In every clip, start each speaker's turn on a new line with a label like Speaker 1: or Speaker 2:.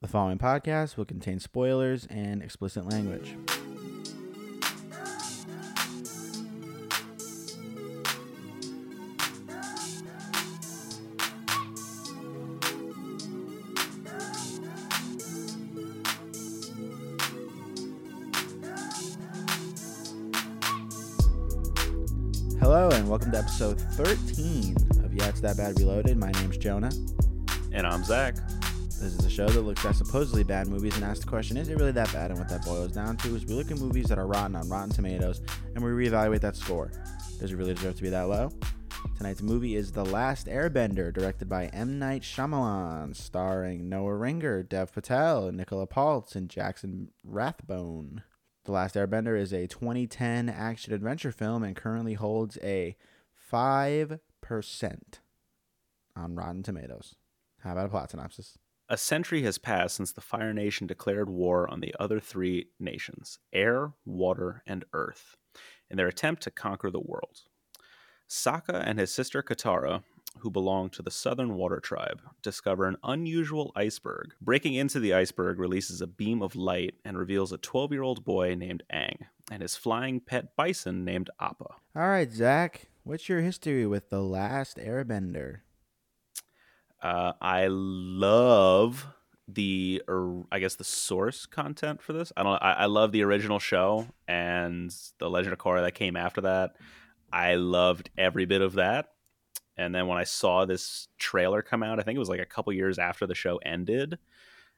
Speaker 1: The following podcast will contain spoilers and explicit language. Hello, and welcome to episode 13 of Yeah, It's That Bad Reloaded. My name's Jonah.
Speaker 2: And I'm Zach.
Speaker 1: This is a show that looks at supposedly bad movies and asks the question, is it really that bad? And what that boils down to is we look at movies that are rotten on Rotten Tomatoes and we reevaluate that score. Does it really deserve to be that low? Tonight's movie is The Last Airbender, directed by M. Night Shyamalan, starring Noah Ringer, Dev Patel, Nicola Paltz, and Jackson Rathbone. The Last Airbender is a 2010 action adventure film and currently holds a 5% on Rotten Tomatoes. How about a plot synopsis?
Speaker 2: A century has passed since the Fire Nation declared war on the other three nations air, water, and earth in their attempt to conquer the world. Sokka and his sister Katara, who belong to the Southern Water Tribe, discover an unusual iceberg. Breaking into the iceberg releases a beam of light and reveals a 12 year old boy named Aang and his flying pet bison named Appa.
Speaker 1: All right, Zach, what's your history with The Last Airbender?
Speaker 2: Uh, I love the, or I guess the source content for this. I don't. I, I love the original show and the Legend of Korra that came after that. I loved every bit of that. And then when I saw this trailer come out, I think it was like a couple years after the show ended.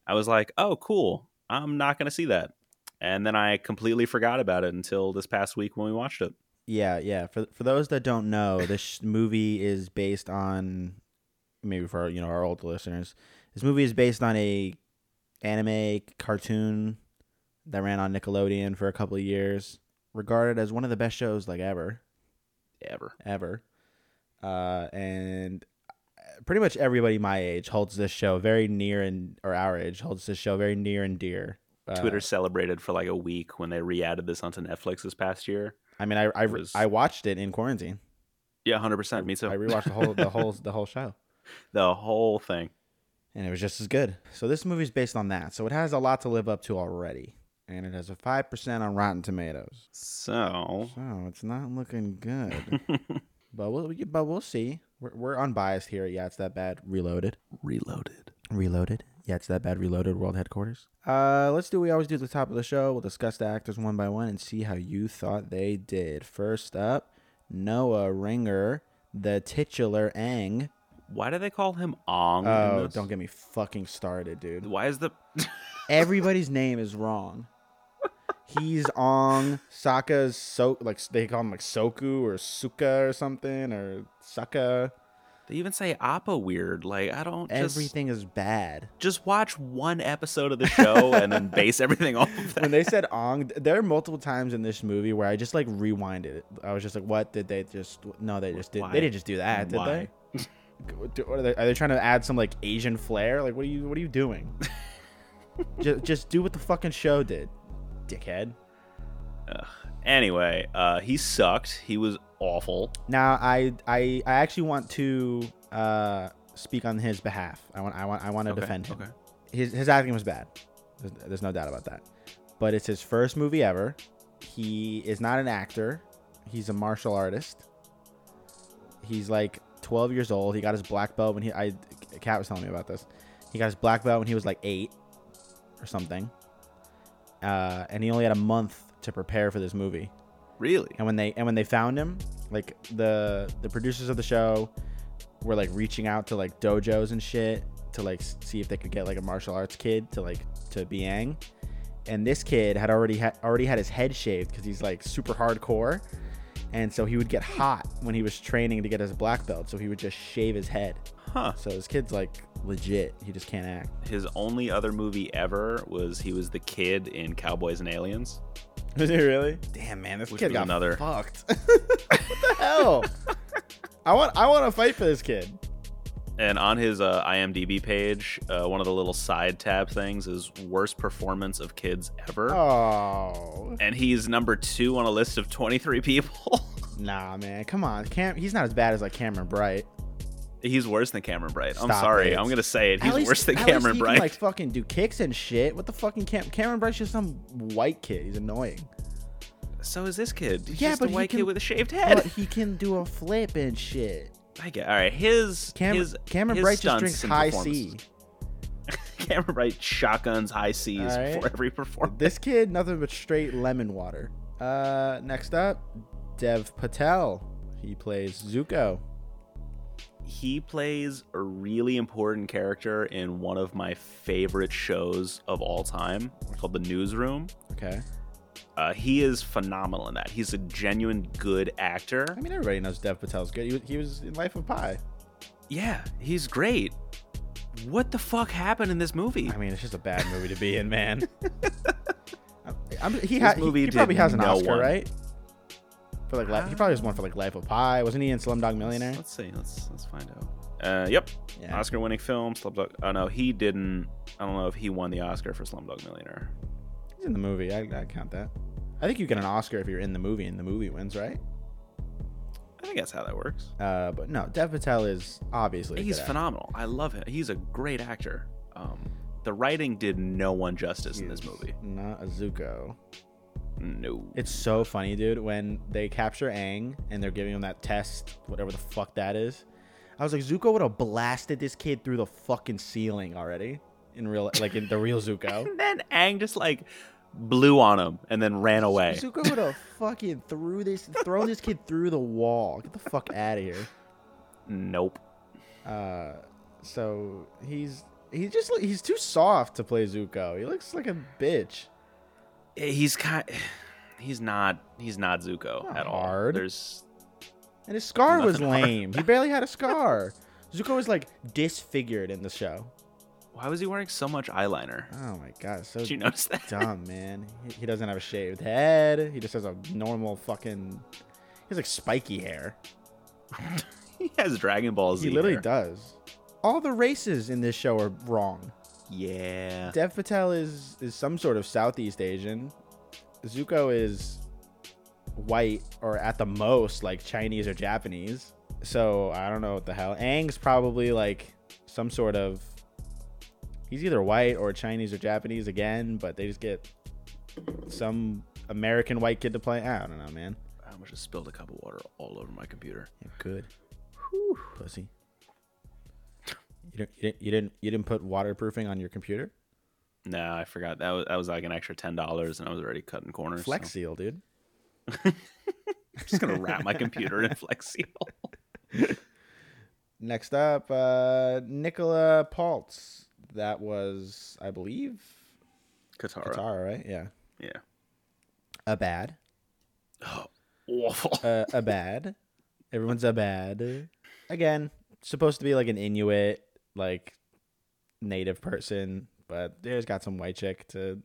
Speaker 2: I was like, "Oh, cool! I'm not gonna see that." And then I completely forgot about it until this past week when we watched it.
Speaker 1: Yeah, yeah. For for those that don't know, this sh- movie is based on maybe for you know our older listeners. This movie is based on a anime cartoon that ran on Nickelodeon for a couple of years, regarded as one of the best shows like ever.
Speaker 2: Ever.
Speaker 1: ever. Uh, and uh, pretty much everybody my age holds this show very near and or our age holds this show very near and dear. Uh,
Speaker 2: Twitter celebrated for like a week when they re-added this onto Netflix this past year.
Speaker 1: I mean, I I,
Speaker 2: was-
Speaker 1: I watched it in quarantine.
Speaker 2: Yeah, hundred percent. Me too.
Speaker 1: I rewatched the whole the whole the whole show,
Speaker 2: the whole thing.
Speaker 1: and it was just as good. So this movie's based on that. So it has a lot to live up to already, and it has a five percent on Rotten Tomatoes.
Speaker 2: So
Speaker 1: So it's not looking good. but we'll but we'll see. We're, we're unbiased here. Yeah, it's that bad. Reloaded.
Speaker 2: reloaded.
Speaker 1: Reloaded. Yeah, it's that bad. Reloaded World Headquarters. Uh, let's do what we always do at the top of the show. We'll discuss the actors one by one and see how you thought they did. First up, Noah Ringer, the titular Ang.
Speaker 2: Why do they call him Ong? in
Speaker 1: Oh,
Speaker 2: this?
Speaker 1: don't get me fucking started, dude.
Speaker 2: Why is the
Speaker 1: Everybody's name is wrong. He's Ong. Sokka's so like they call him like Soku or Suka or something or Suka.
Speaker 2: they even say Appa weird? Like I don't just
Speaker 1: Everything is bad.
Speaker 2: just watch one episode of the show and then base everything off of that.
Speaker 1: when they said Ong, there are multiple times in this movie where I just like rewinded it. I was just like, what did they just? No, they just did.
Speaker 2: Why?
Speaker 1: They didn't just do that, did
Speaker 2: Why?
Speaker 1: they? Do- what Are they, are they trying to add some like Asian flair? Like, what are you? What are you doing? just, just do what the fucking show did, dickhead.
Speaker 2: Anyway, uh, he sucked. He was awful.
Speaker 1: Now, I, I, I actually want to uh, speak on his behalf. I want, I want, I want to
Speaker 2: Okay,
Speaker 1: defend him.
Speaker 2: okay.
Speaker 1: His, his acting was bad. There's, there's no doubt about that. But it's his first movie ever. He is not an actor. He's a martial artist. He's like 12 years old. He got his black belt when he. I, Kat was telling me about this. He got his black belt when he was like eight or something. Uh, and he only had a month to prepare for this movie
Speaker 2: Really?
Speaker 1: and when they and when they found him like the the producers of the show were like reaching out to like dojos and shit to like s- see if they could get like a martial arts kid to like to Biang. And this kid had already had already had his head shaved because he's like super hardcore, and so he would get hot when he was training to get his black belt. So he would just shave his head.
Speaker 2: Huh.
Speaker 1: So this kid's like legit. He just can't act.
Speaker 2: His only other movie ever was he was the kid in Cowboys and Aliens.
Speaker 1: Is he really? Damn man, this
Speaker 2: Which
Speaker 1: kid
Speaker 2: was
Speaker 1: got
Speaker 2: another-
Speaker 1: fucked. what the hell? I want I want to fight for this kid.
Speaker 2: And on his uh, IMDb page, uh, one of the little side tab things is worst performance of kids ever.
Speaker 1: Oh
Speaker 2: and he's number two on a list of 23 people.
Speaker 1: nah, man, come on, Cam. He's not as bad as like Cameron Bright.
Speaker 2: He's worse than Cameron Bright. I'm
Speaker 1: Stop
Speaker 2: sorry.
Speaker 1: it.
Speaker 2: I'm gonna say it.
Speaker 1: At
Speaker 2: He's
Speaker 1: least-
Speaker 2: worse than
Speaker 1: at least
Speaker 2: Cameron
Speaker 1: he
Speaker 2: Bright.
Speaker 1: Can, like fucking do kicks and shit. What the fucking Cam- Cameron Bright's just some white kid. He's annoying.
Speaker 2: so is this kid. He's
Speaker 1: Yeah,
Speaker 2: just
Speaker 1: but
Speaker 2: a
Speaker 1: he
Speaker 2: white kid
Speaker 1: can-
Speaker 2: with a shaved
Speaker 1: But
Speaker 2: head.
Speaker 1: he can do a flip and shit.
Speaker 2: I get all right. His
Speaker 1: Cam-
Speaker 2: his,
Speaker 1: Cameron
Speaker 2: his
Speaker 1: Bright just
Speaker 2: stunts
Speaker 1: drinks
Speaker 2: and
Speaker 1: high
Speaker 2: performances.
Speaker 1: C.
Speaker 2: Cameron Bright shotguns high C's
Speaker 1: All right.
Speaker 2: for every performance.
Speaker 1: This kid, nothing but straight lemon water. Uh, next up, Dev Patel. He plays Zuko.
Speaker 2: He plays a really important character in one of my favorite shows of all time called The Newsroom.
Speaker 1: Okay.
Speaker 2: Uh, he is phenomenal in that. He's a genuine good actor.
Speaker 1: I mean, everybody knows Dev Patel's good. He was, he was in Life of Pi.
Speaker 2: Yeah, he's great. What the fuck happened in this movie?
Speaker 1: I mean, it's just a bad movie to be in, man. I'm, he,
Speaker 2: This
Speaker 1: ha- he-
Speaker 2: movie
Speaker 1: he probably
Speaker 2: did
Speaker 1: has an
Speaker 2: no
Speaker 1: Oscar,
Speaker 2: one.
Speaker 1: right? For like, li- he probably has one for like Life of Pi. Wasn't he in Slumdog Millionaire?
Speaker 2: Let's see. Let's let's find out. Uh, yep.
Speaker 1: Yeah.
Speaker 2: Oscar-winning film. Slumdog. Oh no, he didn't. I don't know if he won the Oscar for Slumdog Millionaire.
Speaker 1: He's in the movie. I, I count that. I think you get an Oscar if you're in the movie and the movie wins, right?
Speaker 2: I think that's how that works.
Speaker 1: Uh, but no, Dev Patel is obviously. a
Speaker 2: He's
Speaker 1: good actor.
Speaker 2: phenomenal. I love him. He's a great actor. Um, the writing did no one justice in this
Speaker 1: He's
Speaker 2: movie.
Speaker 1: Not a Zuko.
Speaker 2: No.
Speaker 1: It's so funny, dude, when they capture Aang and they're giving him that test, whatever the fuck that is. I was like, Zuko would have blasted this kid through the fucking ceiling already in real, like in the real Zuko.
Speaker 2: And then Ang just like blew on him and then ran away.
Speaker 1: Zuko would have fucking threw this, thrown this kid through the wall. Get the fuck out of here.
Speaker 2: Nope.
Speaker 1: Uh, so he's he just look- he's too soft to play Zuko. He looks like a bitch.
Speaker 2: He's kind. He's not. He's not Zuko
Speaker 1: Not
Speaker 2: at all.
Speaker 1: hard.
Speaker 2: There's
Speaker 1: And his scar was
Speaker 2: Nothing hard.
Speaker 1: lame. He barely had a scar. Zuko was like disfigured in the show.
Speaker 2: Why was he wearing so much eyeliner?
Speaker 1: Oh my god, so
Speaker 2: Did you notice that?
Speaker 1: dumb, man. He, he doesn't have a shaved head. He just has a normal fucking. He has like spiky hair.
Speaker 2: he has Dragon Ball Z.
Speaker 1: he literally
Speaker 2: hair.
Speaker 1: does. All the races in this show are wrong.
Speaker 2: Yeah.
Speaker 1: Dev Patel is is some sort of Southeast Asian. Zuko is white or at the most like Chinese or Japanese. So I don't know what the hell. Aang's probably like some sort of he's either white or Chinese or Japanese again, but they just get some American white kid to play. I don't know, man.
Speaker 2: I almost just spilled a cup of water all over my computer.
Speaker 1: Yeah, good. Pussy. You don't- you didn't, you didn't you didn't put waterproofing on your computer?
Speaker 2: No, I forgot. That was, that was like an extra ten dollars, and I was already cutting corners. so
Speaker 1: Flex seal, dude.
Speaker 2: I'm just gonna wrap my computer in Flex Seal.
Speaker 1: Next up, uh, Nicola Paltz. That was, I believe,
Speaker 2: Katara.
Speaker 1: Katara, right? Yeah.
Speaker 2: Yeah.
Speaker 1: A bad.
Speaker 2: Awful.
Speaker 1: Uh, a bad. Everyone's a bad. Again, supposed to be like an Inuit, like native person, but there's got some white chick to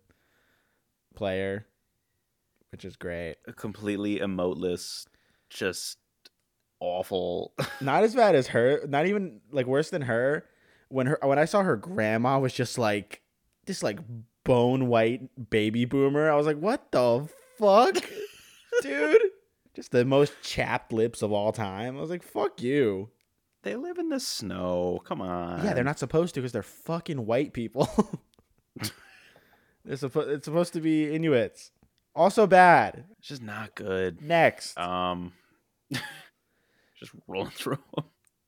Speaker 1: play her, which is great.
Speaker 2: Completely emoteless. Just awful.
Speaker 1: Not as bad as her. Not even like worse than her. When her when I saw her grandma was just like this like bone white baby boomer. I was like, what the fuck, dude? Just the most chapped lips of all time. I was like, fuck you.
Speaker 2: they live in the snow. Come on.
Speaker 1: Yeah, they're not supposed to because they're fucking white people. they're suppo- it's supposed to be Inuits. Also bad.
Speaker 2: It's just not good.
Speaker 1: Next,
Speaker 2: Um. just rolling through. 'em.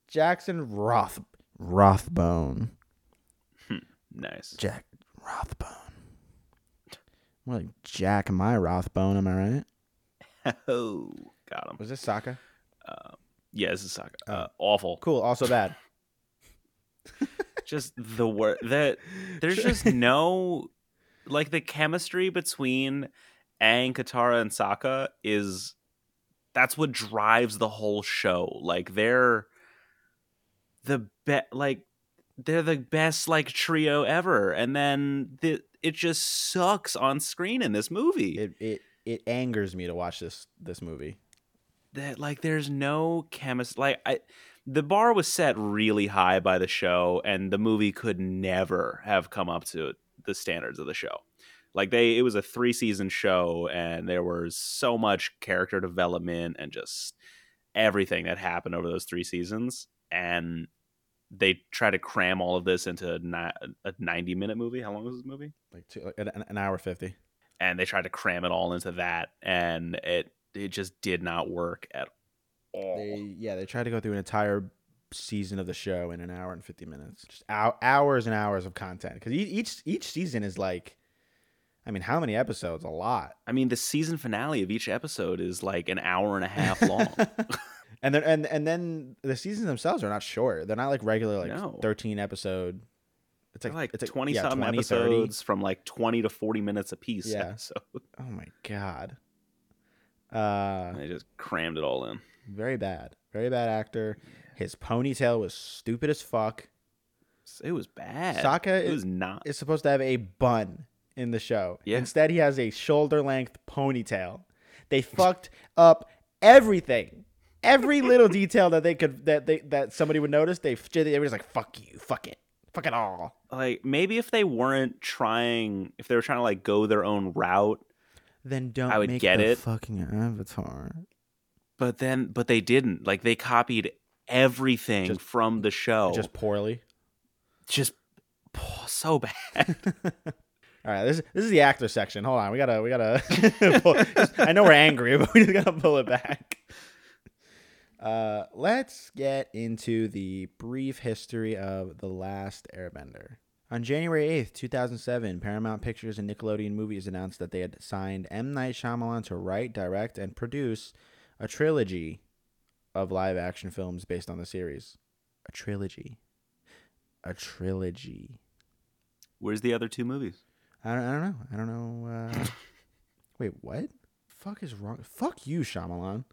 Speaker 1: Jackson Roth Rothbone.
Speaker 2: nice.
Speaker 1: Jack Rothbone. More like Jack my Rothbone, am I right?
Speaker 2: Oh, got him.
Speaker 1: Was this Sokka?
Speaker 2: Yeah, this is Sokka. Uh, awful.
Speaker 1: Cool, also bad.
Speaker 2: Just the word that there's just no like the chemistry between Aang, Katara, and Sokka is that's what drives the whole show. Like they're the bet like they're the best like trio ever, and then the it just sucks on screen in this movie.
Speaker 1: It it it angers me to watch this this movie.
Speaker 2: that like there's no chemist like I the bar was set really high by the show and the movie could never have come up to the standards of the show. Like they it was a 3 season show and there was so much character development and just everything that happened over those 3 seasons and they try to cram all of this into ni- a 90 minute movie. How long was this movie?
Speaker 1: like, two, like an, an hour 50
Speaker 2: And they tried to cram it all into that, and it it just did not work at all.
Speaker 1: they yeah they tried to go through an entire season of the show in an hour and 50 minutes just hou- hours and hours of content because each each season is like i mean how many episodes a lot
Speaker 2: I mean, the season finale of each episode is like an hour and a half long.
Speaker 1: and then and, and then the seasons themselves are not short they're not like regular like
Speaker 2: No.
Speaker 1: 13 episode it's
Speaker 2: They're
Speaker 1: like,
Speaker 2: like,
Speaker 1: it's like
Speaker 2: 20
Speaker 1: yeah,
Speaker 2: some
Speaker 1: 20, 30.
Speaker 2: episodes from like 20 to 40 minutes a piece.
Speaker 1: Yeah.
Speaker 2: So
Speaker 1: oh my god uh
Speaker 2: they just crammed it all in.
Speaker 1: very bad very bad actor his ponytail was stupid as fuck
Speaker 2: It was bad.
Speaker 1: Sokka
Speaker 2: it
Speaker 1: is-
Speaker 2: was not.
Speaker 1: is supposed to have a bun in the show.
Speaker 2: Yeah.
Speaker 1: Instead, he has a shoulder length ponytail. They fucked up everything. Every little detail that they could that they that somebody would notice, they f- they were just like fuck you, fuck it, fuck it all.
Speaker 2: Like maybe if they weren't trying, if they were trying to like go their own route,
Speaker 1: Then don't.
Speaker 2: I would make get the it.
Speaker 1: Fucking avatar.
Speaker 2: but then but they didn't. Like they copied everything
Speaker 1: Just-
Speaker 2: from the show. Just,
Speaker 1: Just poorly.
Speaker 2: just oh, so bad.
Speaker 1: All right, this this is the actor section. Hold on, we gotta we gotta. pull, I know we're angry, but we just gotta pull it back. Uh, let's get into the brief history of the Last Airbender. On January eighth, two thousand seven, Paramount Pictures and Nickelodeon Movies announced that they had signed M Night Shyamalan to write, direct, and produce a trilogy of live action films based on the series. A trilogy. A trilogy.
Speaker 2: Where's the other two movies?
Speaker 1: I don't, I don't know. I don't know. Uh, wait, what? Fuck is wrong? Fuck you, Shyamalan.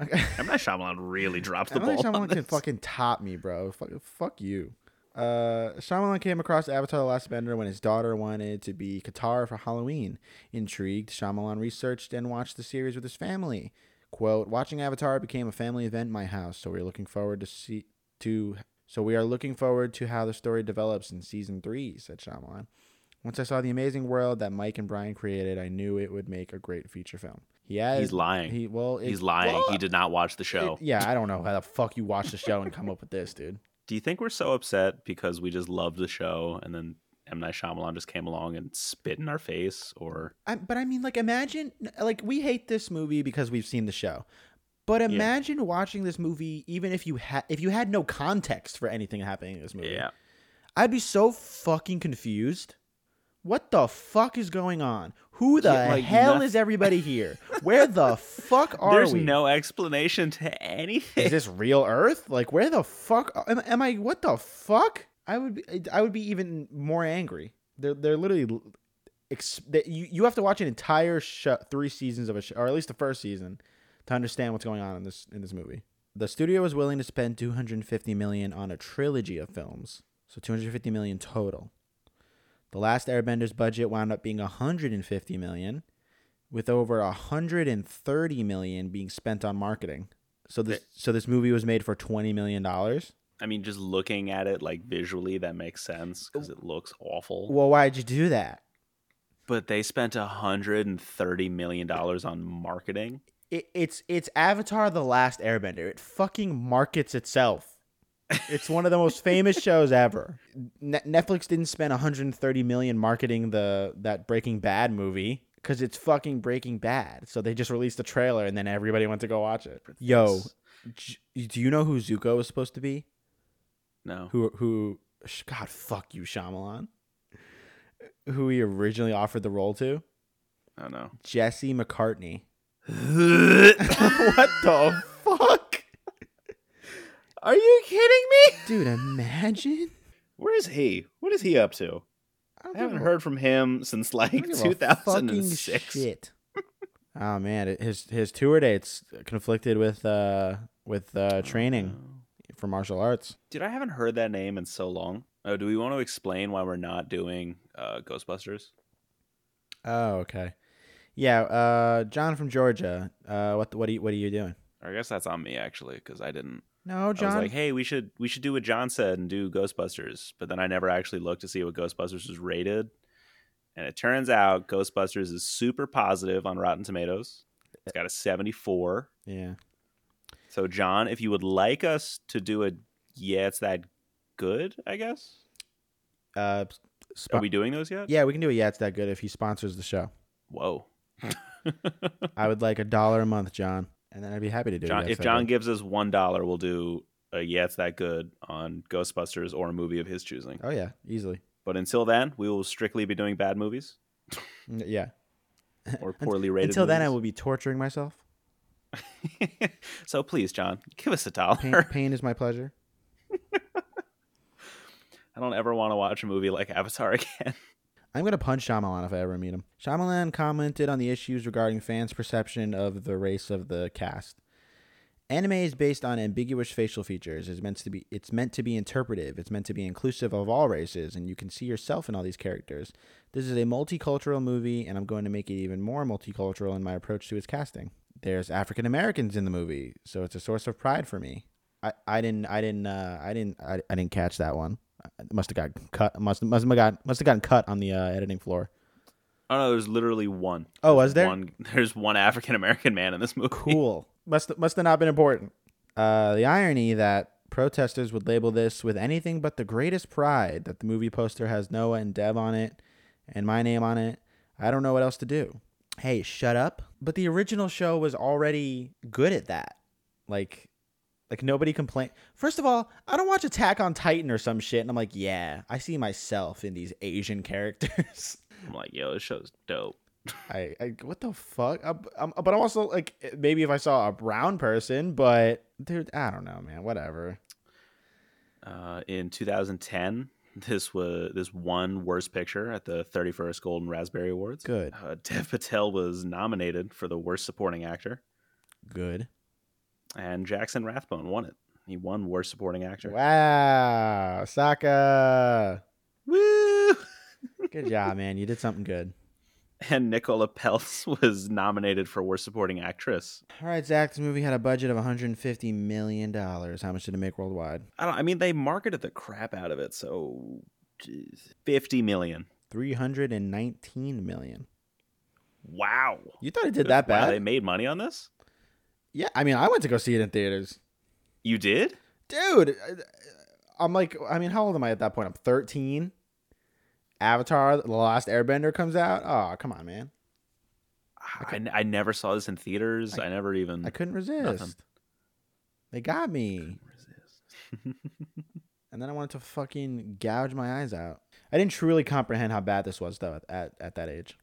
Speaker 1: Okay.
Speaker 2: I'm not Shyamalan really dropped the
Speaker 1: I don't think
Speaker 2: ball. on
Speaker 1: Shyamalan can
Speaker 2: this.
Speaker 1: fucking top me, bro. Fuck, fuck you. Uh, Shyamalan came across Avatar: The Last Bender when his daughter wanted to be Katara for Halloween. Intrigued, Shyamalan researched and watched the series with his family. "Quote: Watching Avatar became a family event in my house, so we're looking forward to see to so we are looking forward to how the story develops in season three," said Shyamalan. Once I saw the amazing world that Mike and Brian created, I knew it would make a great feature film. He added,
Speaker 2: He's lying.
Speaker 1: He well, it-
Speaker 2: He's lying.
Speaker 1: What?
Speaker 2: He did not watch the show.
Speaker 1: It- yeah, I don't know how the fuck you watch the show and come up with this, dude.
Speaker 2: Do you think we're so upset because we just loved the show and then M Night Shyamalan just came along and spit in our face? Or
Speaker 1: I, but I mean, like, imagine, like, we hate this movie because we've seen the show. But imagine watching this movie, even if you had if you had no context for anything happening in this movie.
Speaker 2: yeah,
Speaker 1: I'd be so fucking confused. What the fuck is going on? Who the
Speaker 2: Yeah, like,
Speaker 1: hell
Speaker 2: noth-
Speaker 1: is everybody here? Where the fuck are
Speaker 2: there's
Speaker 1: we?
Speaker 2: no explanation to anything.
Speaker 1: is this real Earth? Like, where the fuck am, am I? What the fuck? I would be, I would be even more angry. They're they're literally, l- ex- that you you have to watch an entire show, three seasons of a show, or at least the first season, to understand what's going on in this in this movie. The studio was willing to spend 250 million on a trilogy of films, so 250 million total. The last Airbender's budget wound up being 150 million, with over 130 million being spent on marketing. So this so this movie was made for 20 million dollars.
Speaker 2: I mean, just looking at it like visually, that makes sense because it looks awful.
Speaker 1: Well, why'd you do that?
Speaker 2: but they spent 130 million dollars on marketing.
Speaker 1: It, it's it's Avatar: The Last Airbender. It fucking markets itself. It's one of the most famous shows ever. Ne- Netflix didn't spend 130 million marketing the that Breaking Bad movie because it's fucking Breaking Bad. So they just released a trailer and then everybody went to go watch it. Yo, j- do you know who Zuko was supposed to be?
Speaker 2: no.
Speaker 1: who who sh- God fuck you, Shyamalan, who he originally offered the role to,
Speaker 2: I don't know.
Speaker 1: Jesse McCartney. what the fuck,
Speaker 2: Are you kidding me?
Speaker 1: dude? Imagine.
Speaker 2: Where is he? What is he up to?
Speaker 1: don't
Speaker 2: I haven't
Speaker 1: give a-
Speaker 2: heard from him since
Speaker 1: I don't
Speaker 2: like
Speaker 1: give a fucking
Speaker 2: 2006.
Speaker 1: Shit. Oh man, it- his his tour dates conflicted with uh with
Speaker 2: Oh,
Speaker 1: uh training for martial arts.
Speaker 2: Dude, I haven't heard that name in so long. Oh, do we want to explain why we're not doing uh, Ghostbusters?
Speaker 1: Oh okay, yeah. Uh, John from Georgia. Uh, what what are you what are you doing?
Speaker 2: Or I guess that's on me actually, because I didn't.
Speaker 1: No,
Speaker 2: I
Speaker 1: Oh, John.
Speaker 2: was like, hey, we should we should do what John said and do Ghostbusters, but then I never actually looked to see what Ghostbusters was rated, and it turns out Ghostbusters is super positive on Rotten Tomatoes. It's got a seventy four.
Speaker 1: yeah.
Speaker 2: So, John, if you would like us to do a yeah, it's that good, I guess.
Speaker 1: Uh,
Speaker 2: Are
Speaker 1: spo-
Speaker 2: we doing those yet?
Speaker 1: yeah, we can do it. Yeah, it's that good if he sponsors the show.
Speaker 2: Whoa.
Speaker 1: I would like a dollar a month, John, and then I'd be happy to do it.
Speaker 2: John,
Speaker 1: Yes,
Speaker 2: if
Speaker 1: I
Speaker 2: John
Speaker 1: would.
Speaker 2: gives us one dollar, we'll do a yeah, it's that good on Ghostbusters or a movie of his choosing.
Speaker 1: oh yeah, easily.
Speaker 2: But until then, we will strictly be doing bad movies
Speaker 1: Mm, Yeah.
Speaker 2: or poorly rated.
Speaker 1: Until then, I
Speaker 2: movies.
Speaker 1: will be torturing myself.
Speaker 2: so please, John, give us a
Speaker 1: Pain,
Speaker 2: dollar.
Speaker 1: pain is my pleasure.
Speaker 2: I don't ever want to watch a movie like Avatar again.
Speaker 1: I'm gonna punch Shyamalan if I ever meet him. Shyamalan commented on the issues regarding fans' perception of the race of the cast. Anime is based on ambiguous facial features. It's meant to be it's meant to be interpretive. It's meant to be inclusive of all races, and you can see yourself in all these characters. This is a multicultural movie, and I'm going to make it even more multicultural in my approach to its casting. There's African Americans in the movie, so it's a source of pride for me. I, I didn't I didn't uh, I didn't I, I didn't catch that one. Must have got cut. Must must have got must have gotten cut on the uh, editing floor.
Speaker 2: Oh no, there's literally one.
Speaker 1: Oh, was there?
Speaker 2: One, there's one African American man in this movie.
Speaker 1: Cool. must must have not been important. Uh, the irony that protesters would label this with anything but the greatest pride that the movie poster has Noah and Deb on it, and my name on it. I don't know what else to do. Hey, shut up. But the original show was already good at that. Like, like nobody complained. First of all, I don't watch Attack on Titan or some shit, and I'm like, yeah, I see myself in these Asian characters.
Speaker 2: I'm like, yo, this show's dope.
Speaker 1: I, I what the fuck? I, I'm, but I'm also like eh, maybe if I saw a brown person, but dude, I don't know, man. Whatever.
Speaker 2: Uh, in 2010, this was this won Worst Picture at the 31st Golden Raspberry Awards.
Speaker 1: Good,
Speaker 2: Uh, Dev Patel was nominated for the Worst Supporting Actor,
Speaker 1: good.
Speaker 2: and Jackson Rathbone won it. He won Worst Supporting Actor.
Speaker 1: Wow, Saka.
Speaker 2: Woo!
Speaker 1: Good job, man. You did something good.
Speaker 2: And Nicola Peltz was nominated for Worst Supporting Actress.
Speaker 1: All right, Zach. This movie had a budget of 150 million dollars. How much did it make worldwide?
Speaker 2: I don't. I mean, they marketed the crap out of it, so geez, 50 million.
Speaker 1: 319 million.
Speaker 2: Wow.
Speaker 1: You thought it did that
Speaker 2: Wow, they
Speaker 1: bad?
Speaker 2: made money on this?
Speaker 1: Yeah, I mean, I went to go see it in theaters,
Speaker 2: You did?
Speaker 1: dude. I- I'm like, I mean, how old am I at that point? I'm 13. Avatar: The Last Airbender comes out. Oh, come on, man.
Speaker 2: I, n- I never saw this in theaters. I, never even.
Speaker 1: I couldn't resist. They got me. And then I wanted to fucking gouge my eyes out. I didn't truly comprehend how bad this was, though, at, at, at that age.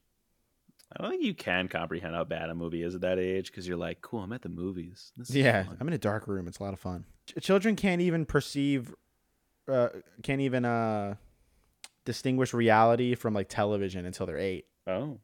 Speaker 2: I don't think you can comprehend how bad a movie is at that age because you're like, cool, I'm at the movies. This is
Speaker 1: Yeah.
Speaker 2: fun."
Speaker 1: I'm in a dark room. It's a lot of fun. Ch- children can't even perceive, uh, can't even uh, distinguish reality from like television until they're eight.
Speaker 2: Oh,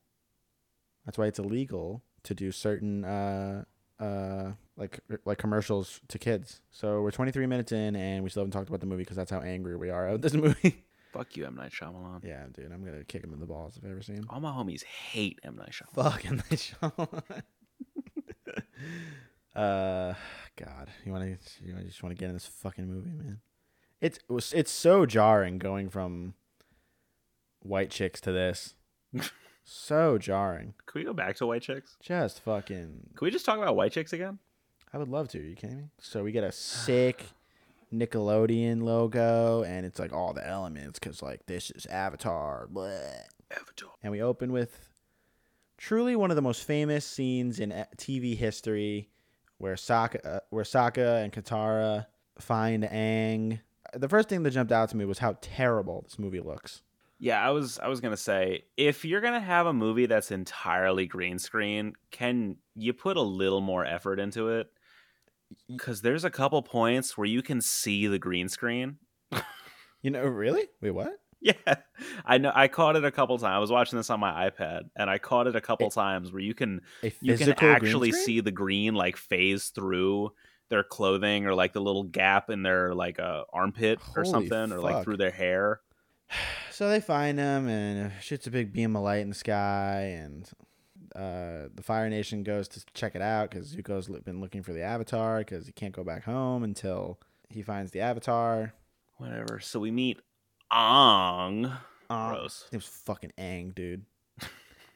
Speaker 1: That's why it's illegal to do certain uh uh like like commercials to kids. So we're 23 minutes in and we still haven't talked about the movie because that's how angry we are at this movie.
Speaker 2: fuck you, M Night Shyamalan.
Speaker 1: yeah, dude, I'm gonna kick him in the balls if I ever see him.
Speaker 2: All my homies hate M Night Shyamalan.
Speaker 1: Fucking the show. uh, God, you want to? You wanna- just want to get in this fucking movie, man? It's it was- it's so jarring going from white chicks to this. so jarring.
Speaker 2: Can we go back to White Chicks?
Speaker 1: Just fucking
Speaker 2: Can we just talk about White Chicks again?
Speaker 1: I would love to. Are you kidding me? So we get a sick Nickelodeon logo, and it's like all the elements because like this is Avatar, bleh.
Speaker 2: Avatar.
Speaker 1: and we open with truly one of the most famous scenes in eh, TV history, where Sokka, uh, where Sokka and Katara find Aang. The first thing that jumped out to me was how terrible this movie looks.
Speaker 2: Yeah, I was I was gonna say if you're gonna have a movie that's entirely green screen, can you put a little more effort into it? Because there's a couple points where you can see the green screen.
Speaker 1: You know, really? Wait, what?
Speaker 2: Yeah, I know. I caught it a couple times. I was watching this on my iPad, and I caught it a couple
Speaker 1: It-
Speaker 2: times where you can
Speaker 1: A
Speaker 2: you
Speaker 1: physical
Speaker 2: can
Speaker 1: green
Speaker 2: actually
Speaker 1: screen?
Speaker 2: see the green like phase through their clothing or like the little gap in their like uh, armpit or
Speaker 1: Holy
Speaker 2: something, or like
Speaker 1: fuck.
Speaker 2: through their hair.
Speaker 1: So they find him and shoots a big beam of light in the sky, and uh, the Fire Nation goes to check it out because Zuko's li- been looking for the Avatar because he can't go back home until he finds the Avatar.
Speaker 2: Whatever. So we meet Ong.
Speaker 1: Um,
Speaker 2: Gross.
Speaker 1: His name's fucking Aang, dude,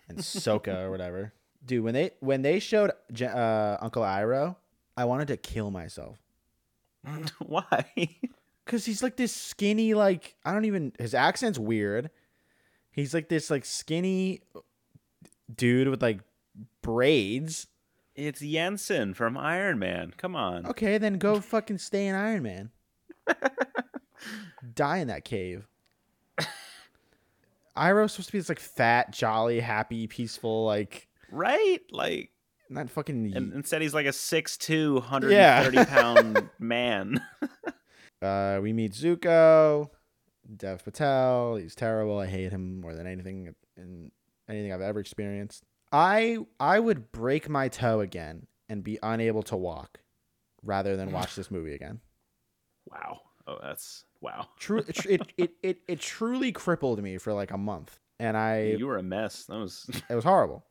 Speaker 1: and Soka or whatever. Dude, when they when they showed Je- uh, Uncle Iroh, I wanted to kill myself
Speaker 2: Why?
Speaker 1: because he's like this skinny, like I don't even. His accent's weird. He's like this like skinny uh, dude with like braids.
Speaker 2: It's Jensen from Iron Man. Come on.
Speaker 1: Okay, then go fucking stay in Iron Man. Die in that cave. Iroh's supposed to be this like fat, jolly, happy, peaceful, like
Speaker 2: Right? Like
Speaker 1: not fucking
Speaker 2: and instead he's like a 6'2", 130
Speaker 1: Yeah.
Speaker 2: pound man.
Speaker 1: Uh, we meet Zuko, Dev Patel. He's terrible. I hate him more than anything in anything I've ever experienced. I I would break my toe again and be unable to walk, rather than watch this movie again.
Speaker 2: Wow. Oh, that's wow.
Speaker 1: True, it, tr- it, it it it truly crippled me for like a month, and I
Speaker 2: You were a mess. That was
Speaker 1: it was horrible,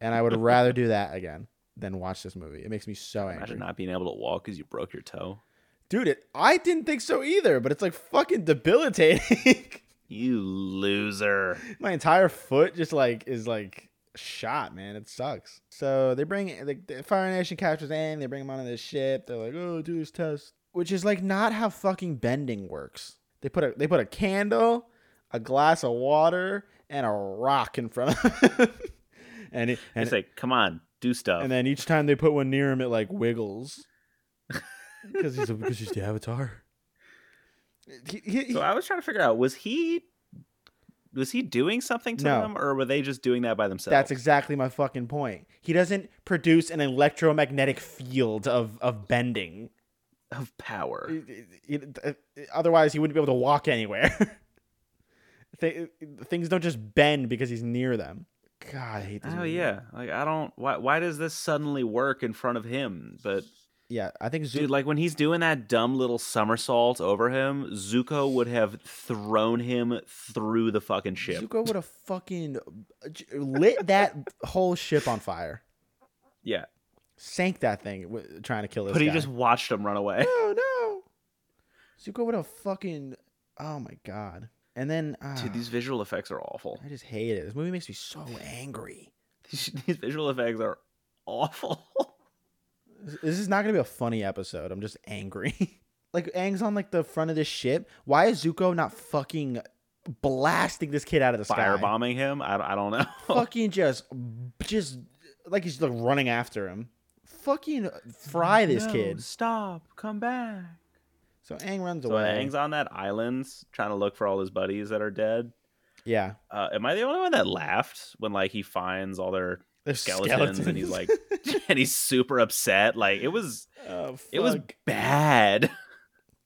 Speaker 1: and I would rather do that again than watch this movie. It makes me so angry,
Speaker 2: imagine not being able to walk because you broke your toe.
Speaker 1: dude. It I didn't think so either, but it's like fucking debilitating.
Speaker 2: You loser.
Speaker 1: my entire foot just like is like shot, man. It sucks. So they bring like the Fire Nation captures Aang. They bring him onto this ship. They're like, oh, do this test, which is like not how fucking bending works. They put a they put a candle, a glass of water, and a rock in front of him. and it, and,
Speaker 2: it's like, come on, do stuff.
Speaker 1: and then each time they put one near him, it like wiggles. Because he's because he's the Avatar. He- he- he-
Speaker 2: so I was trying to figure out was he was he doing something to
Speaker 1: No.
Speaker 2: them or were they just doing that by themselves?
Speaker 1: That's exactly my fucking point. He doesn't produce an electromagnetic field of of bending.
Speaker 2: of power.
Speaker 1: It- it- it- it- uh, otherwise, he wouldn't be able to walk anywhere. Th- things don't just bend because he's near them. God, I hate this.
Speaker 2: Oh
Speaker 1: movie.
Speaker 2: yeah, like I don't. Why? Why does this suddenly work in front of him? But
Speaker 1: yeah. I think Zu-
Speaker 2: dude, like when he's doing that dumb little somersault over him, Zuko would have thrown him through the fucking ship.
Speaker 1: Zuko would have fucking uh, lit that whole ship on fire,
Speaker 2: yeah,
Speaker 1: sank that thing, w- trying to kill this
Speaker 2: but he
Speaker 1: guy.
Speaker 2: just watched him run away.
Speaker 1: no, no. Zuko would have fucking. Oh my god. And then uh,
Speaker 2: Dude, these visual effects are awful.
Speaker 1: I just hate it. This movie makes me so angry.
Speaker 2: These, these visual effects are awful.
Speaker 1: This- This is not gonna be a funny episode. I'm just angry. like Aang's on like the front of this ship. Why is Zuko not fucking blasting this kid out of the sky?
Speaker 2: Firebombing him. I, don't- I don't know.
Speaker 1: Fucking just, just like he's like running after him. Fucking fry this
Speaker 2: No,
Speaker 1: kid.
Speaker 2: Stop. Come back.
Speaker 1: So Aang runs
Speaker 2: So when
Speaker 1: away.
Speaker 2: Aang's on that island trying to look for all his buddies that are dead.
Speaker 1: yeah,
Speaker 2: Uh, am I the only one that laughed when like he finds all their
Speaker 1: There's
Speaker 2: skeletons, and he's like and he's super upset like it was
Speaker 1: oh,
Speaker 2: it was
Speaker 1: fuck.
Speaker 2: bad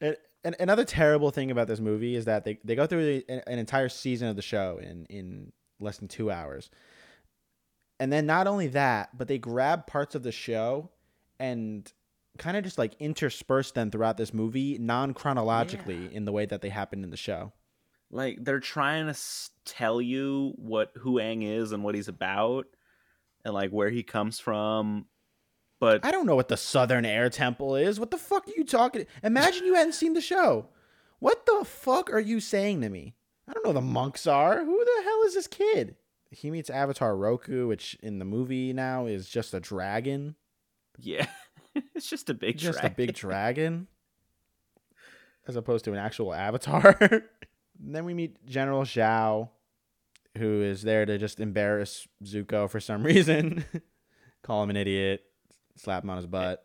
Speaker 1: And, and another terrible thing about this movie is that they, they go through the, an, an entire season of the show in, in less than two hours. And then not only that, but they grab parts of the show and kind of just like intersperse them throughout this movie non chronologically in the way that they happened in the show.
Speaker 2: like they're trying to s- tell you what who Aang is and what he's about and like where he comes from but
Speaker 1: I don't know what the Southern Air Temple is. What the fuck are you talking? Imagine you hadn't seen the show. What the fuck are you saying to me? I don't know who the monks are. Who the hell is this kid? He meets Avatar Roku, which in the movie now is just a dragon.
Speaker 2: yeah it's just a big
Speaker 1: just
Speaker 2: drag.
Speaker 1: a big dragon. As opposed to an actual avatar. And then we meet General Zhao, who is there to just embarrass Zuko for some reason. Call him an idiot, slap him on his butt.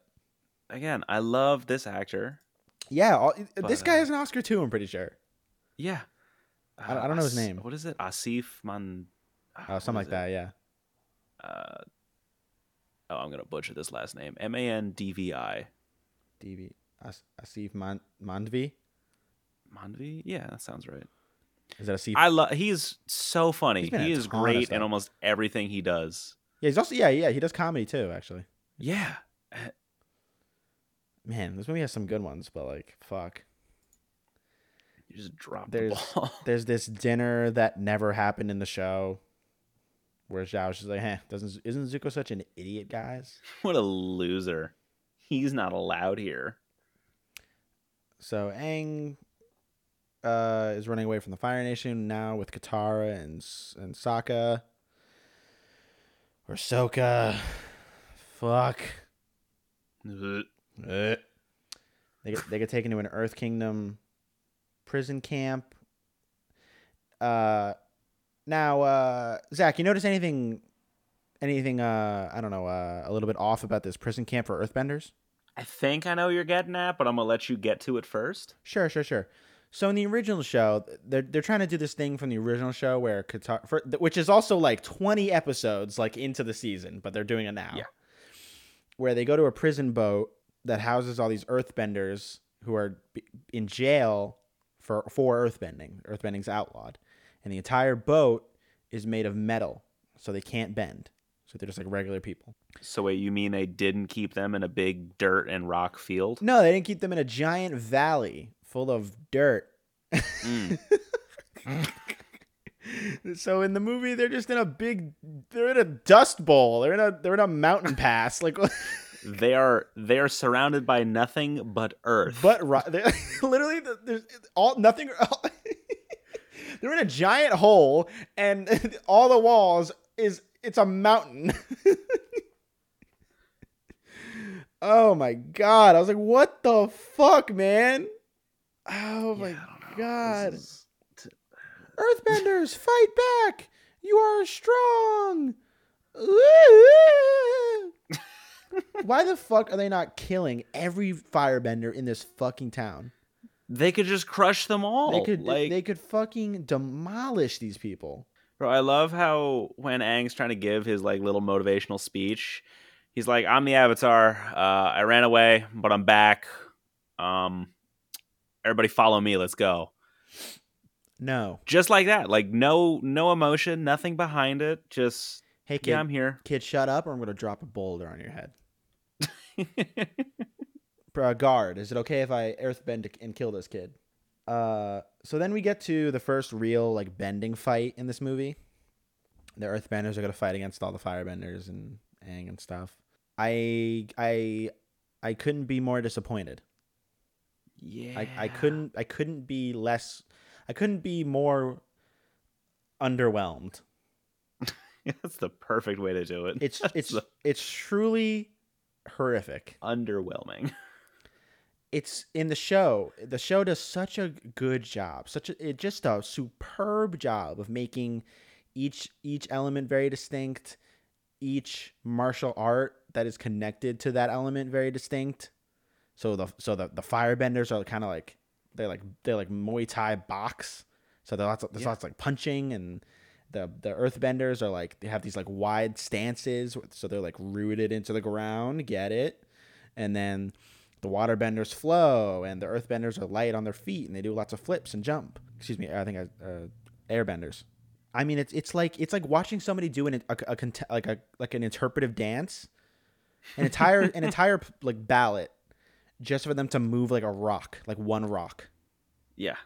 Speaker 2: again I love this actor
Speaker 1: Yeah, all, this
Speaker 2: But,
Speaker 1: guy
Speaker 2: uh,
Speaker 1: has an Oscar too. I'm pretty sure.
Speaker 2: yeah
Speaker 1: I don't- I don't know his
Speaker 2: As-
Speaker 1: name.
Speaker 2: what is it Asif Man Ah,
Speaker 1: Oh, something like that. Yeah,
Speaker 2: uh, oh I'm gonna butcher this last name M A N D V I
Speaker 1: DB As- Asif Man- Mandvi.
Speaker 2: Manvi yeah that sounds right
Speaker 1: Is that Asif?
Speaker 2: I love. He's so funny.
Speaker 1: He's been
Speaker 2: he
Speaker 1: in a
Speaker 2: is
Speaker 1: ton of
Speaker 2: great
Speaker 1: stuff.
Speaker 2: in almost everything he does.
Speaker 1: yeah, he's also yeah yeah he does comedy too. Actually,
Speaker 2: Yeah,
Speaker 1: man, this movie has some good ones, but like fuck.
Speaker 2: you just drop
Speaker 1: There's-
Speaker 2: the ball.
Speaker 1: There's this dinner that never happened in the show, where Zhao's just like, "Hey, doesn't isn't Zuko such an idiot, guys?"
Speaker 2: what a loser. He's not allowed here.
Speaker 1: So Aang uh, is running away from the Fire Nation now with Katara and S- and Sokka or Sokka. Fuck.
Speaker 2: Eh.
Speaker 1: They get, they get taken to an Earth Kingdom prison camp. Uh, now, uh, Zach, you notice anything, anything, uh, I don't know, uh, a little bit off about this prison camp for Earthbenders?
Speaker 2: I think I know you're getting at, but I'm gonna let you get to it first.
Speaker 1: Sure, sure, sure. So in the original show, th- they're they're trying to do this thing from the original show where Katara, for, th- which is also like twenty episodes like into the season, but they're doing it now.
Speaker 2: Yeah.
Speaker 1: Where they go to a prison boat that houses all these Earthbenders who are b- in jail for for Earthbending. Earthbending's outlawed, and the entire boat is made of metal, so they can't bend. So they're just like regular people.
Speaker 2: So wait, you mean they didn't keep them in a big dirt and rock field?
Speaker 1: No, they didn't keep them in a giant valley full of dirt.
Speaker 2: Mm.
Speaker 1: so in the movie, they're just in a big, they're in a dust bowl. They're in a they're in a mountain pass, like
Speaker 2: they are they are surrounded by nothing but earth.
Speaker 1: but ro- they're- literally the- there's all nothing. they're in a giant hole, and all the walls is it's a mountain. oh my god! I was like, what the fuck, man? Oh
Speaker 2: Yeah,
Speaker 1: my
Speaker 2: I don't know. This
Speaker 1: God.
Speaker 2: is-
Speaker 1: Earthbenders, fight back! You are strong! Ooh. Why the fuck are they not killing every firebender in this fucking town?
Speaker 2: they could just crush them all.
Speaker 1: they could
Speaker 2: Oh, like
Speaker 1: they could fucking demolish these people.
Speaker 2: Bro, I love how when Aang's trying to give his like little motivational speech, he's like, "I'm the Avatar. Uh, I ran away, but I'm back. Um, everybody, follow me. Let's go."
Speaker 1: No.
Speaker 2: Just like that, like no, no emotion, nothing behind it. Just
Speaker 1: Hey kid,
Speaker 2: yeah, I'm here.
Speaker 1: kid, shut up or I'm gonna drop a boulder on your head. Bro, uh, guard, is it okay if I earthbend and kill this kid? Uh, so then we get to the first real like bending fight in this movie. The earthbenders are gonna fight against all the firebenders and Aang and stuff. I I I couldn't be more disappointed.
Speaker 2: yeah,
Speaker 1: I, I couldn't I couldn't be less I couldn't be more underwhelmed.
Speaker 2: That's the perfect way to do it.
Speaker 1: It's
Speaker 2: That's
Speaker 1: it's
Speaker 2: the-
Speaker 1: it's truly horrific.
Speaker 2: underwhelming.
Speaker 1: it's in the show the show does such a good job such a it just a superb job of making each each element very distinct each martial art that is connected to that element very distinct so the so the, the firebenders are kind of like they're like they're like muay thai box so there's lots of, there's
Speaker 2: Yeah.
Speaker 1: lots of like punching and the the earthbenders are like they have these like wide stances so they're like rooted into the ground get it and then the waterbenders flow and the earthbenders are light on their feet and they do lots of flips and jump excuse me i think i uh, airbenders i mean it's it's like it's like watching somebody do an a, a, cont like a like an interpretive dance an entire an entire like ballot just for them to move like a rock like one rock
Speaker 2: Yeah,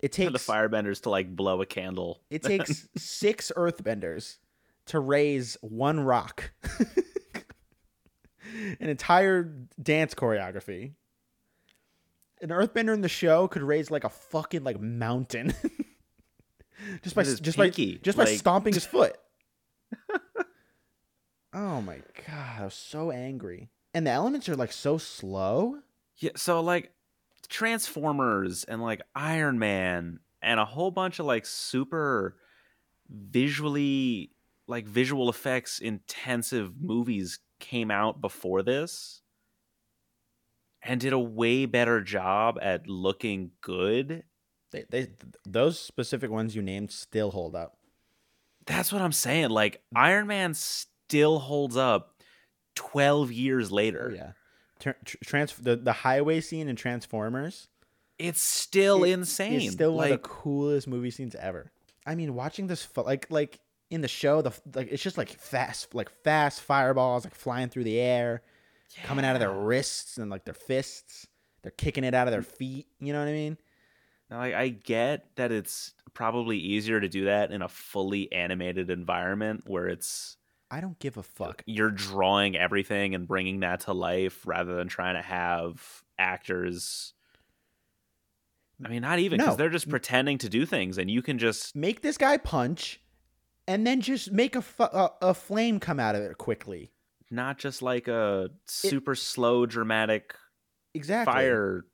Speaker 1: it
Speaker 2: for the
Speaker 1: takes
Speaker 2: firebenders to like blow a candle.
Speaker 1: It takes six earthbenders to raise one rock. An entire dance choreography. An earthbender in the show could raise like a fucking like mountain. just by
Speaker 2: With his
Speaker 1: just
Speaker 2: pinky,
Speaker 1: by just by
Speaker 2: like-
Speaker 1: stomping his foot. oh my god, I was so angry. And the elements are like so slow.
Speaker 2: Yeah, so like Transformers and like Iron Man and a whole bunch of like super visually like visual effects intensive movies came out before this and did a way better job at looking good.
Speaker 1: They, they those specific ones you named still hold up.
Speaker 2: That's what I'm saying. Like Iron Man still holds up 12 years later.
Speaker 1: Oh yeah. Tr- tr- trans the, the highway scene in Transformers
Speaker 2: It's still
Speaker 1: It-
Speaker 2: insane.
Speaker 1: is still one of
Speaker 2: like
Speaker 1: the coolest movie scenes ever. I mean, watching this fu- like like in the show the f- like it's just like fast like fast fireballs like flying through the air, coming out of their
Speaker 2: Yeah.
Speaker 1: wrists and like their fists. They're kicking it out of their feet. You know what I mean?
Speaker 2: Now, I, I get that it's probably easier to do that in a fully animated environment where it's
Speaker 1: I don't give a fuck.
Speaker 2: you're drawing everything and bringing that to life rather than trying to have actors. I mean, not even because
Speaker 1: No.
Speaker 2: they're just pretending to do things, and you can just
Speaker 1: Make this guy punch, and then just make a fu- a, a flame come out of it quickly.
Speaker 2: not just like a super slow dramatic
Speaker 1: Exactly.
Speaker 2: fire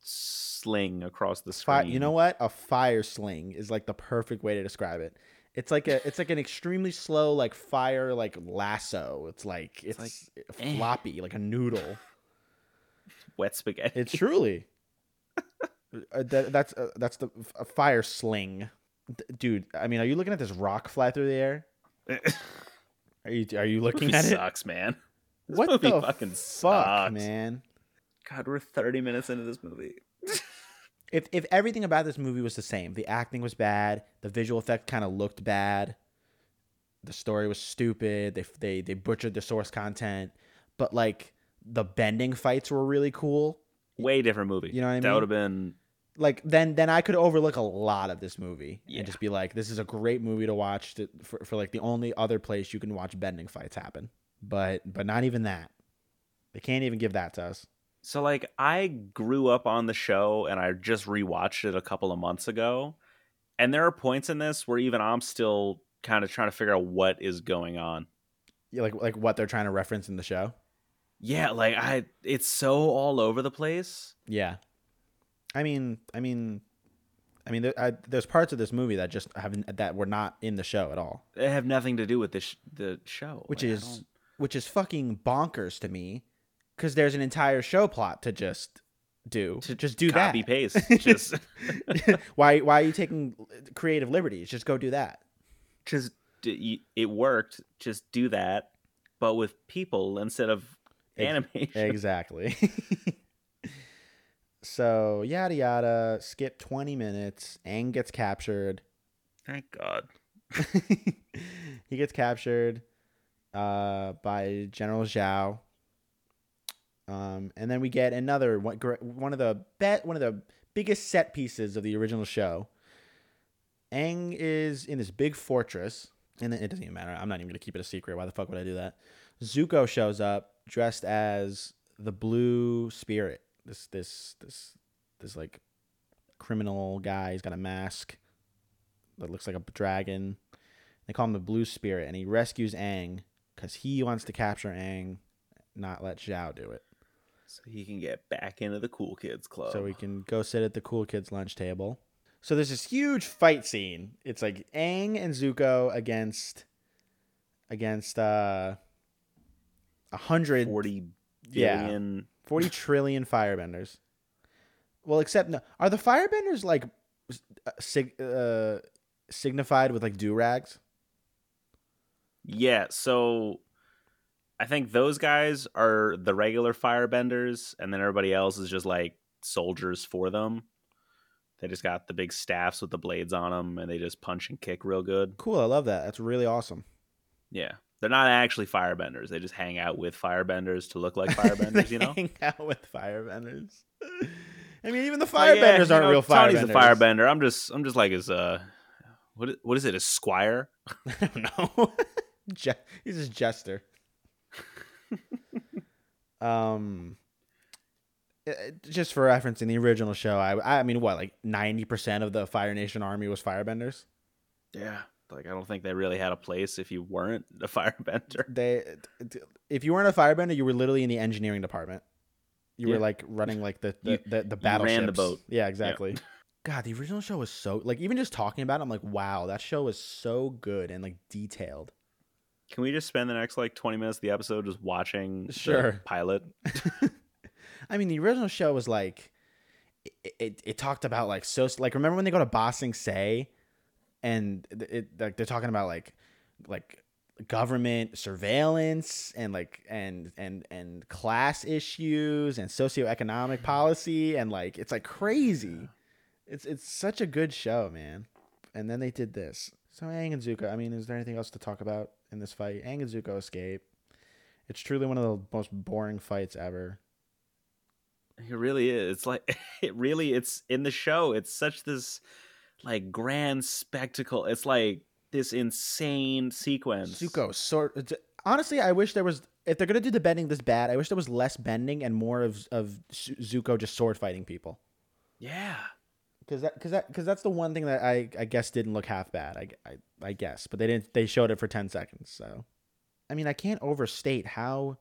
Speaker 2: sling across the screen.
Speaker 1: Fi- you know what? A fire sling is like the perfect way to describe it. It's like a it's like an extremely slow like fire like lasso. It's like it's,
Speaker 2: like, eh.
Speaker 1: floppy like a noodle.
Speaker 2: wet spaghetti.
Speaker 1: It's truly. Uh, that, that's uh, that's the a fire sling, D- dude. I mean, are you looking at this rock fly through the air? Are you are you looking
Speaker 2: movie
Speaker 1: at it?
Speaker 2: sucks, man. This
Speaker 1: What
Speaker 2: movie
Speaker 1: the
Speaker 2: fucking
Speaker 1: fuck,
Speaker 2: sucks.
Speaker 1: man?
Speaker 2: God, we're 30 minutes into this movie.
Speaker 1: If if everything about this movie was the same, the acting was bad, the visual effect kind of looked bad, the story was stupid. They they they butchered the source content, but like the bending fights were really cool.
Speaker 2: Way different movie.
Speaker 1: You know what I
Speaker 2: That
Speaker 1: mean?
Speaker 2: would have been
Speaker 1: like then then I could overlook a lot of this movie
Speaker 2: Yeah.
Speaker 1: and just be like, this is a great movie to watch to, for for like the only other place you can watch bending fights happen. But but not even that. They can't even give that to us.
Speaker 2: So like I grew up on the show and I just rewatched it a couple of months ago. And there are points in this where even I'm still kind of trying to figure out what is going on.
Speaker 1: Yeah, Like like what they're trying to reference in the show.
Speaker 2: Yeah, like I it's so all over the place.
Speaker 1: Yeah, I mean I mean, I mean there, I, there's parts of this movie that just haven't that were not in the show at all,
Speaker 2: They have nothing to do with this sh- the show.
Speaker 1: which
Speaker 2: Like, I
Speaker 1: is
Speaker 2: don't-
Speaker 1: which is fucking bonkers to me, because there's an entire show plot to just do
Speaker 2: To
Speaker 1: just do that.
Speaker 2: copy paste. Just
Speaker 1: why why are you taking creative liberties? Just go do that.
Speaker 2: just d- you- it worked. Just do that, but with people instead of
Speaker 1: Ex-
Speaker 2: animation.
Speaker 1: Exactly. so yada yada. Skip twenty minutes. Aang gets captured. e
Speaker 2: Thank God.
Speaker 1: he gets captured uh, by General Zhao. Um, and then we get another one, gr- one of the bet one of the biggest set pieces of the original show. Aang is in this big fortress, and it it doesn't even matter. I'm not even gonna keep it a secret. Why the fuck would I do that? Zuko shows up dressed as the Blue Spirit. This this this this like criminal guy. He's got a mask that looks like a dragon. They call him the Blue Spirit, and he rescues Aang because he wants to capture Aang, not let Zhao do it.
Speaker 2: So he can get back into the cool kids club.
Speaker 1: So we can go sit at the cool kids' lunch table. So there's this huge fight scene. It's like Aang and Zuko against against uh a hundred
Speaker 2: 40
Speaker 1: Yeah.
Speaker 2: billion
Speaker 1: 40 trillion firebenders. Well, except no, are the firebenders like s- uh, sig- uh, signified with like do rags?
Speaker 2: Yeah, so I think those guys are the regular firebenders, and then everybody else is just like soldiers for them. They just got the big staffs with the blades on them, and they just punch and kick real good.
Speaker 1: Cool, I love that. That's really awesome.
Speaker 2: Yeah, they're not actually firebenders; they just hang out with firebenders to look like
Speaker 1: They
Speaker 2: firebenders. you know,
Speaker 1: hang out with firebenders. I mean, even the
Speaker 2: It's like,
Speaker 1: firebenders
Speaker 2: Oh, yeah,
Speaker 1: aren't
Speaker 2: you know,
Speaker 1: real firebenders.
Speaker 2: Tony's a firebender. I'm just, I'm just like his. Uh, what, i- what is it? A squire?
Speaker 1: I don't know. Je- he's just jester. um, uh, just for reference, in the original show, I I mean, what like ninety percent of the Fire Nation army was firebenders.
Speaker 2: Yeah. Like I don't think they really had a place if you weren't a firebender.
Speaker 1: They, d- if you weren't a firebender, you were literally in the engineering department. You
Speaker 2: Yeah.
Speaker 1: were like running like the the
Speaker 2: You-
Speaker 1: the, the
Speaker 2: ran the
Speaker 1: battleships.
Speaker 2: boat.
Speaker 1: Yeah, exactly. God, the original show was so like even just talking about it, I'm like, wow, that show was so good and like detailed.
Speaker 2: Can we just spend the next like 20 minutes of the episode just watching the
Speaker 1: Sure.
Speaker 2: pilot?
Speaker 1: I mean, the original show was like, it, it, it talked about like so like remember when they go to Ba Sing Se, and th- it like they're talking about like like government surveillance and like and and and class issues and socioeconomic policy and like it's like crazy. It's it's such a good show, man. And then they did this. So Aang and Zuko. I mean, is there anything else to talk about in this fight? Aang and Zuko escape. It's truly one of the most boring fights ever.
Speaker 2: It really is. It's like it really it's in the show. It's such this like grand spectacle. It's like this insane sequence.
Speaker 1: Zuko sort. it's- Honestly, I wish there was. If they're gonna do the bending this bad, I wish there was less bending and more of of Zu- Zuko just sword fighting people.
Speaker 2: Yeah.
Speaker 1: Because that, because that, because that's the one thing that I, I guess didn't look half bad. I, I, I guess, but they didn't. They showed it for ten seconds, so I mean, I can't overstate how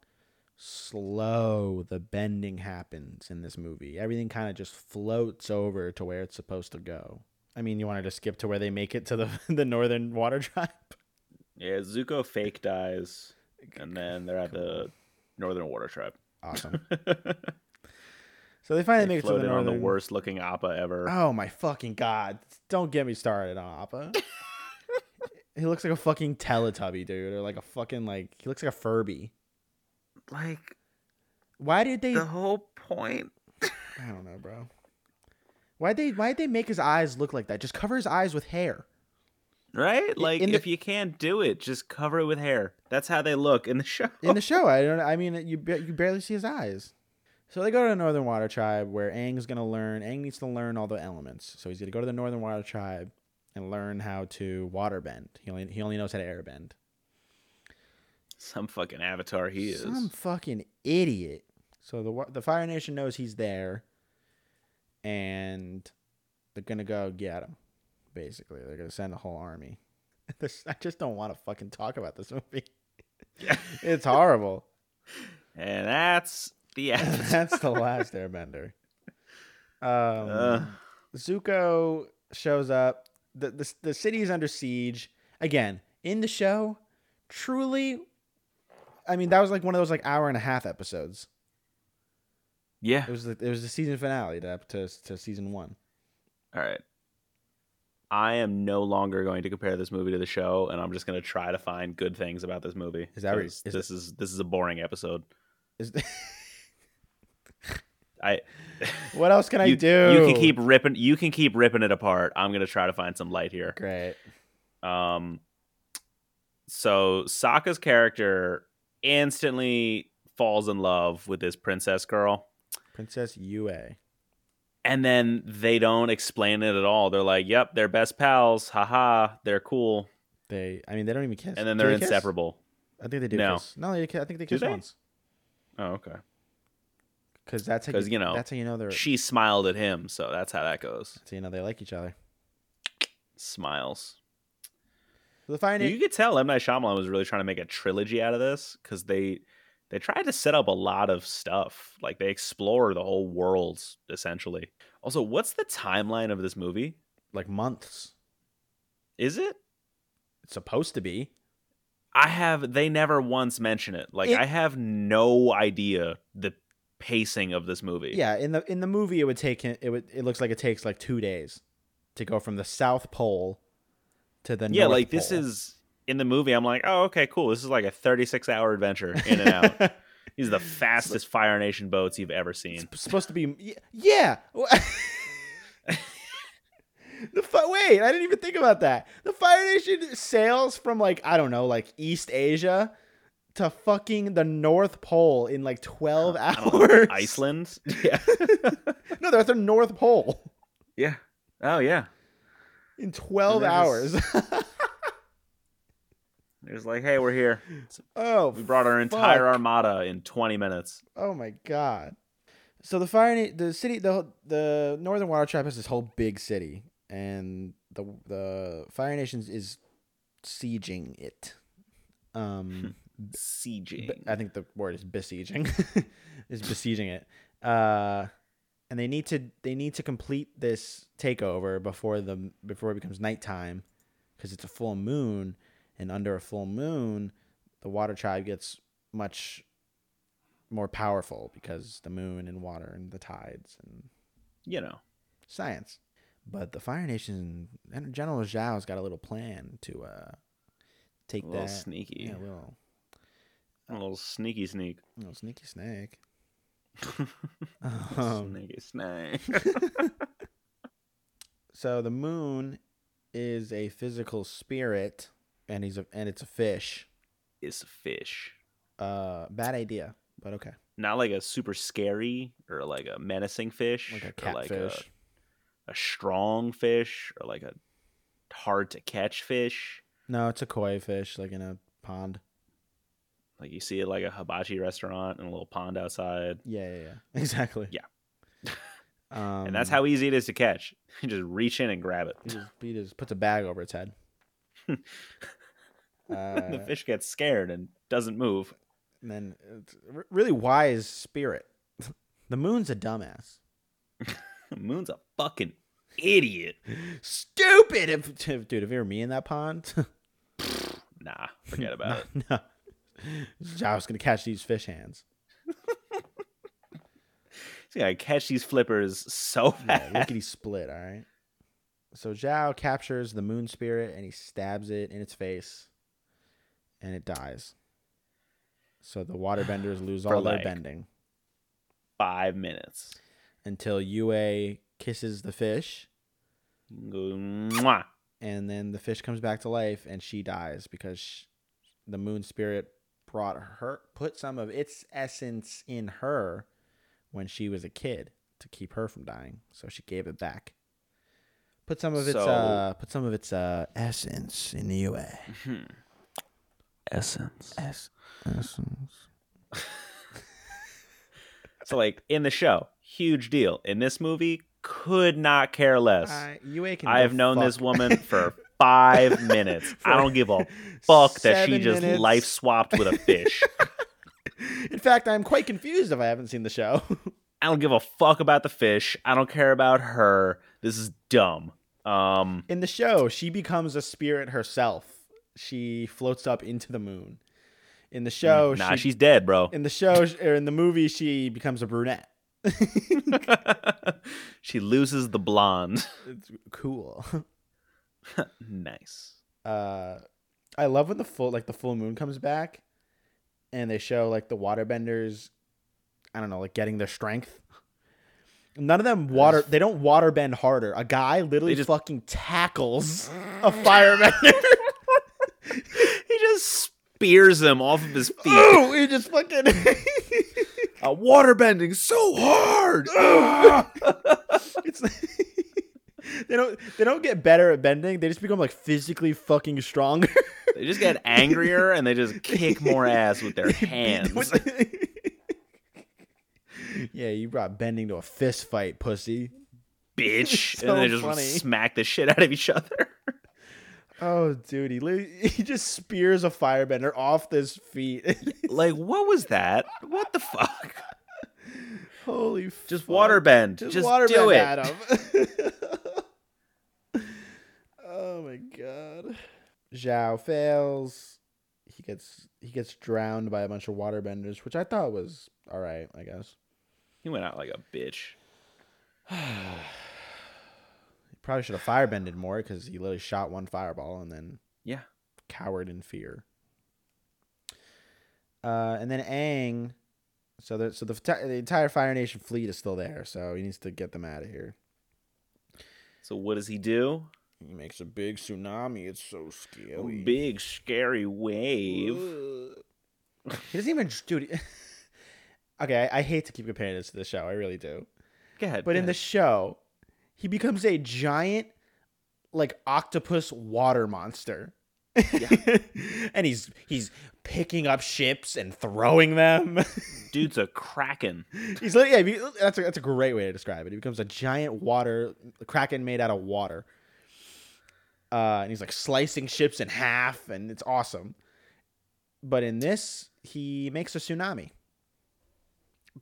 Speaker 1: slow the bending happens in this movie. Everything kind of just floats over to where it's supposed to go. I mean, you wanted to skip to where they make it to the the northern water tribe.
Speaker 2: Yeah, Zuko fake dies, and then they're at the Northern Water Tribe.
Speaker 1: Awesome. So they finally
Speaker 2: they
Speaker 1: make it to the
Speaker 2: floated on
Speaker 1: northern.
Speaker 2: the worst looking Appa ever.
Speaker 1: Oh my fucking god! Don't get me started on Appa. he looks like a fucking Teletubby, dude, or like a fucking like he looks like a Furby.
Speaker 2: like
Speaker 1: Why did they?
Speaker 2: whole point.
Speaker 1: I don't know, bro. Why they? Why did they make his eyes look like that? Just cover his eyes with hair.
Speaker 2: Right? Like
Speaker 1: in the-
Speaker 2: if you can't do it, just cover it with hair. That's how they look in the show.
Speaker 1: in the show. I don't. I mean, you ba- you barely see his eyes. So they go to the Northern Water Tribe, where Aang is gonna learn. Aang needs to learn all the elements. So he's gonna go to the Northern Water Tribe and learn how to water bend. He only he only knows how to airbend.
Speaker 2: Some fucking avatar he is.
Speaker 1: Some fucking idiot. So the wa- the Fire Nation knows he's there, and they're gonna go get him. Basically, they're gonna send a whole army. This- I just don't want to fucking talk about this movie. It's horrible.
Speaker 2: and that's the avatar.
Speaker 1: That's the last airbender. Um,
Speaker 2: Ugh.
Speaker 1: Zuko shows up. The, the, the city is under siege. Again, in the show, truly, I mean, that was like one of those like hour and a half episodes.
Speaker 2: yeah.
Speaker 1: It was the, it was the season finale to, to, to season one.
Speaker 2: All right. I am no longer going to compare this movie to the show, and I'm just going to try to find good things about this movie.
Speaker 1: Is that what-
Speaker 2: 'cause
Speaker 1: is
Speaker 2: this is this is a boring episode.
Speaker 1: Is,
Speaker 2: I
Speaker 1: what else can I
Speaker 2: you,
Speaker 1: do?
Speaker 2: You can keep ripping. You can keep ripping it apart. I'm gonna try to find some light here.
Speaker 1: great.
Speaker 2: Um, so Sokka's character instantly falls in love with this princess girl,
Speaker 1: Princess Yue.
Speaker 2: and then they don't explain it at all. They're like, "Yep, they're best pals. Haha, they're cool."
Speaker 1: They, I mean, they don't even kiss.
Speaker 2: And then
Speaker 1: Do
Speaker 2: they're
Speaker 1: they kiss?
Speaker 2: inseparable.
Speaker 1: I think they do.
Speaker 2: No.
Speaker 1: kiss. no, they, ki- I think they
Speaker 2: Do
Speaker 1: kiss
Speaker 2: they?
Speaker 1: once
Speaker 2: Oh, okay.
Speaker 1: because that's how
Speaker 2: 'Cause, you know,
Speaker 1: that's how you know they're
Speaker 2: She smiled at him, so that's how that goes.
Speaker 1: So you know they like each other.
Speaker 2: Smiles.
Speaker 1: So the Fire
Speaker 2: You
Speaker 1: Nation.
Speaker 2: could tell M Night Shyamalan was really trying to make a trilogy out of this because they they tried to set up a lot of stuff. Like they explore the whole worlds essentially. Also, what's the timeline of this movie?
Speaker 1: like months.
Speaker 2: Is it?
Speaker 1: It's supposed to be.
Speaker 2: I have they never once mention it. Like
Speaker 1: It-
Speaker 2: I have no idea the pacing of this movie.
Speaker 1: Yeah, in the in the movie, it would take him. It would. It looks like it takes like two days to go from the South Pole to the
Speaker 2: Yeah,
Speaker 1: North
Speaker 2: like this
Speaker 1: Pole.
Speaker 2: is in the movie I'm like, "Oh, okay, cool. This is like a 36-hour adventure in and out." These are the fastest Fire Nation boats you've ever seen.
Speaker 1: It's supposed to be. y- Yeah. the fi- wait, I didn't even think about that. The Fire Nation sails from like I don't know, like East Asia to fucking the North Pole in like twelve
Speaker 2: I don't know,
Speaker 1: hours.
Speaker 2: Iceland? Yeah.
Speaker 1: No, they're at the North Pole
Speaker 2: Yeah. Oh yeah.
Speaker 1: in twelve
Speaker 2: they're
Speaker 1: hours.
Speaker 2: just- It was like, hey, we're here.
Speaker 1: oh,
Speaker 2: We brought our entire
Speaker 1: Fuck.
Speaker 2: armada in 20 minutes.
Speaker 1: Oh my god! So the fire, na- the city, the the Northern Water Tribe has this whole big city, and the the Fire Nations is sieging it. Um,
Speaker 2: Sieging.
Speaker 1: b- I think the word is besieging, is besieging it. Uh, and they need to they need to complete this takeover before the before it becomes nighttime, because it's a full moon, and under a full moon, the Water Tribe gets much more powerful because the moon and water and the tides and
Speaker 2: you know.
Speaker 1: science. But the Fire Nation, and General Zhao's got a little plan to uh, take
Speaker 2: A little
Speaker 1: that.
Speaker 2: sneaky.
Speaker 1: Yeah, a little,
Speaker 2: A little sneaky sneak.
Speaker 1: a little Oh, sneaky snake. Um,
Speaker 2: sneaky snake.
Speaker 1: so the moon is a physical spirit, and he's a, and it's a fish.
Speaker 2: it's a fish.
Speaker 1: Uh, bad idea, but okay.
Speaker 2: Not like a super scary or like a menacing fish.
Speaker 1: Like a
Speaker 2: or like
Speaker 1: catfish.
Speaker 2: A, a strong fish or like a hard to catch fish.
Speaker 1: no, it's a koi fish, like in a pond.
Speaker 2: Like you see it like a hibachi restaurant in a little pond outside.
Speaker 1: Yeah, yeah, yeah. Exactly.
Speaker 2: Yeah.
Speaker 1: um,
Speaker 2: and that's how easy it is to catch. You just reach in and grab
Speaker 1: He
Speaker 2: it.
Speaker 1: just, he just puts a bag over its head.
Speaker 2: the
Speaker 1: Uh,
Speaker 2: fish gets scared and doesn't move.
Speaker 1: and then it's r- really wise spirit. The moon's a dumbass.
Speaker 2: Moon's a fucking idiot.
Speaker 1: Stupid, if, if- dude. If you were me in that pond,
Speaker 2: Nah, forget about it.
Speaker 1: no, I was gonna catch these fish hands.
Speaker 2: He's gonna catch these flippers so
Speaker 1: Yeah,
Speaker 2: fast.
Speaker 1: lickety split. All right. So Zhao captures the moon spirit and he stabs it in its face, and it dies. So the waterbenders lose
Speaker 2: For
Speaker 1: all their
Speaker 2: like-
Speaker 1: bending
Speaker 2: Five minutes.
Speaker 1: until Yue kisses the fish,
Speaker 2: Go, Mwah.
Speaker 1: and then the fish comes back to life and she dies because sh the moon spirit brought her put some of its essence in her when she was a kid to keep her from dying so she gave it back put some of its
Speaker 2: So-
Speaker 1: uh put some of its uh essence in you
Speaker 2: Essence.
Speaker 1: essence
Speaker 2: So like in the show, huge deal. In this movie, could not care less.
Speaker 1: uh, Yue can
Speaker 2: I
Speaker 1: go
Speaker 2: have known this
Speaker 1: fuck.
Speaker 2: woman for five minutes. I don't give a fuck that she
Speaker 1: Seven
Speaker 2: just
Speaker 1: minutes.
Speaker 2: life swapped with a fish.
Speaker 1: in fact i'm quite confused if i haven't seen the show
Speaker 2: I don't give a fuck about the fish. I don't care about her. This is dumb. Um,
Speaker 1: in the show she becomes a spirit herself she floats up into the moon in the show
Speaker 2: nah,
Speaker 1: she
Speaker 2: she's dead, bro.
Speaker 1: in the show or in the movie she becomes a brunette
Speaker 2: she loses the blonde.
Speaker 1: it's cool
Speaker 2: nice.
Speaker 1: uh i love when the full like the full moon comes back and they show like the waterbenders i don't know like getting their strength none of them water they don't water bend harder a guy literally
Speaker 2: They just-
Speaker 1: fucking tackles a firebender
Speaker 2: He just spears him off of his feet.
Speaker 1: Ooh, he just fucking
Speaker 2: A waterbending so hard.
Speaker 1: It's they don't they don't get better at bending. They just become like physically fucking stronger.
Speaker 2: they just get angrier and they just kick more ass with their hands.
Speaker 1: yeah, you brought bending to a fist fight, pussy.
Speaker 2: Bitch.
Speaker 1: So
Speaker 2: and they just
Speaker 1: funny.
Speaker 2: smack the shit out of each other.
Speaker 1: Oh, dude, he, li- he just spears a firebender off his feet.
Speaker 2: like, what was that? What the fuck?
Speaker 1: Holy,
Speaker 2: Just
Speaker 1: fuck.
Speaker 2: waterbend. Just,
Speaker 1: Just, water
Speaker 2: do
Speaker 1: bend
Speaker 2: it.
Speaker 1: at him. oh my god. Zhao fails. He gets he gets drowned by a bunch of waterbenders, which I thought was all right, I guess.
Speaker 2: He went out like a bitch.
Speaker 1: He probably should have firebended more because he literally shot one fireball and then
Speaker 2: Yeah.
Speaker 1: cowered in fear. Uh, and then Aang, so the so the, enti- the entire Fire Nation fleet is still there, so he needs to get them out of here.
Speaker 2: So what does he do?
Speaker 1: He makes a big tsunami. It's so scary.
Speaker 2: Big scary wave.
Speaker 1: He doesn't even, dude. he- okay, I, I hate to keep comparing this to the show. I really do.
Speaker 2: Go ahead.
Speaker 1: But in the show, he becomes a giant, like octopus water monster. and he's he's picking up ships and throwing them.
Speaker 2: dude's a kraken.
Speaker 1: he's like, yeah, he- that's a, that's a great way to describe it. He becomes a giant water kraken made out of water. Uh, and he's like slicing ships in half, and it's awesome. But in this, he makes a tsunami,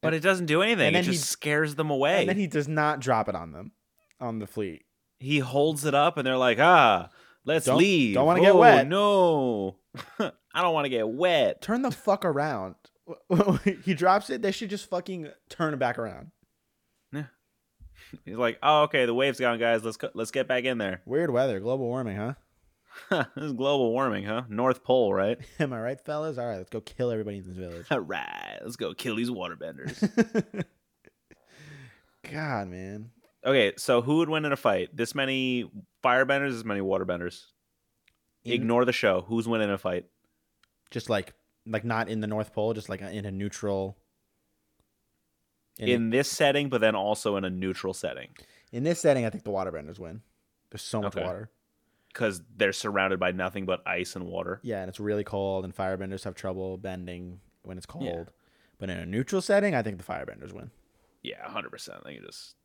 Speaker 2: But it doesn't do anything.
Speaker 1: and
Speaker 2: It
Speaker 1: then
Speaker 2: just
Speaker 1: he-
Speaker 2: scares them away.
Speaker 1: and then he does not drop it on them, on the fleet.
Speaker 2: he holds it up and they're like, ah, let's
Speaker 1: Don't-
Speaker 2: leave.
Speaker 1: don't wanna get
Speaker 2: Oh,
Speaker 1: wet."
Speaker 2: No, I don't want to get wet.
Speaker 1: Turn the fuck around. he drops it. They should just fucking turn it back around.
Speaker 2: He's like, oh, okay, the wave's gone, guys. Let's co- let's get back in there.
Speaker 1: Weird weather, global warming, huh?
Speaker 2: this is global warming, huh? North Pole, right?
Speaker 1: Am I right, fellas? All right, let's go kill everybody in this village.
Speaker 2: All right, let's go kill these waterbenders.
Speaker 1: God, man.
Speaker 2: okay, so who would win in a fight? This many firebenders, this many waterbenders.
Speaker 1: In-
Speaker 2: Ignore the show. Who's winning a fight?
Speaker 1: just like like not in the North Pole, just like in a neutral. In in,
Speaker 2: in this setting, but then also in a neutral setting
Speaker 1: this setting, I think the waterbenders win. There's so much
Speaker 2: Okay.
Speaker 1: water.
Speaker 2: because they're surrounded by nothing but ice and water.
Speaker 1: Yeah, and it's really cold, and firebenders have trouble bending when it's cold. But in a neutral setting, I think the firebenders win.
Speaker 2: Yeah, hundred percent. They could just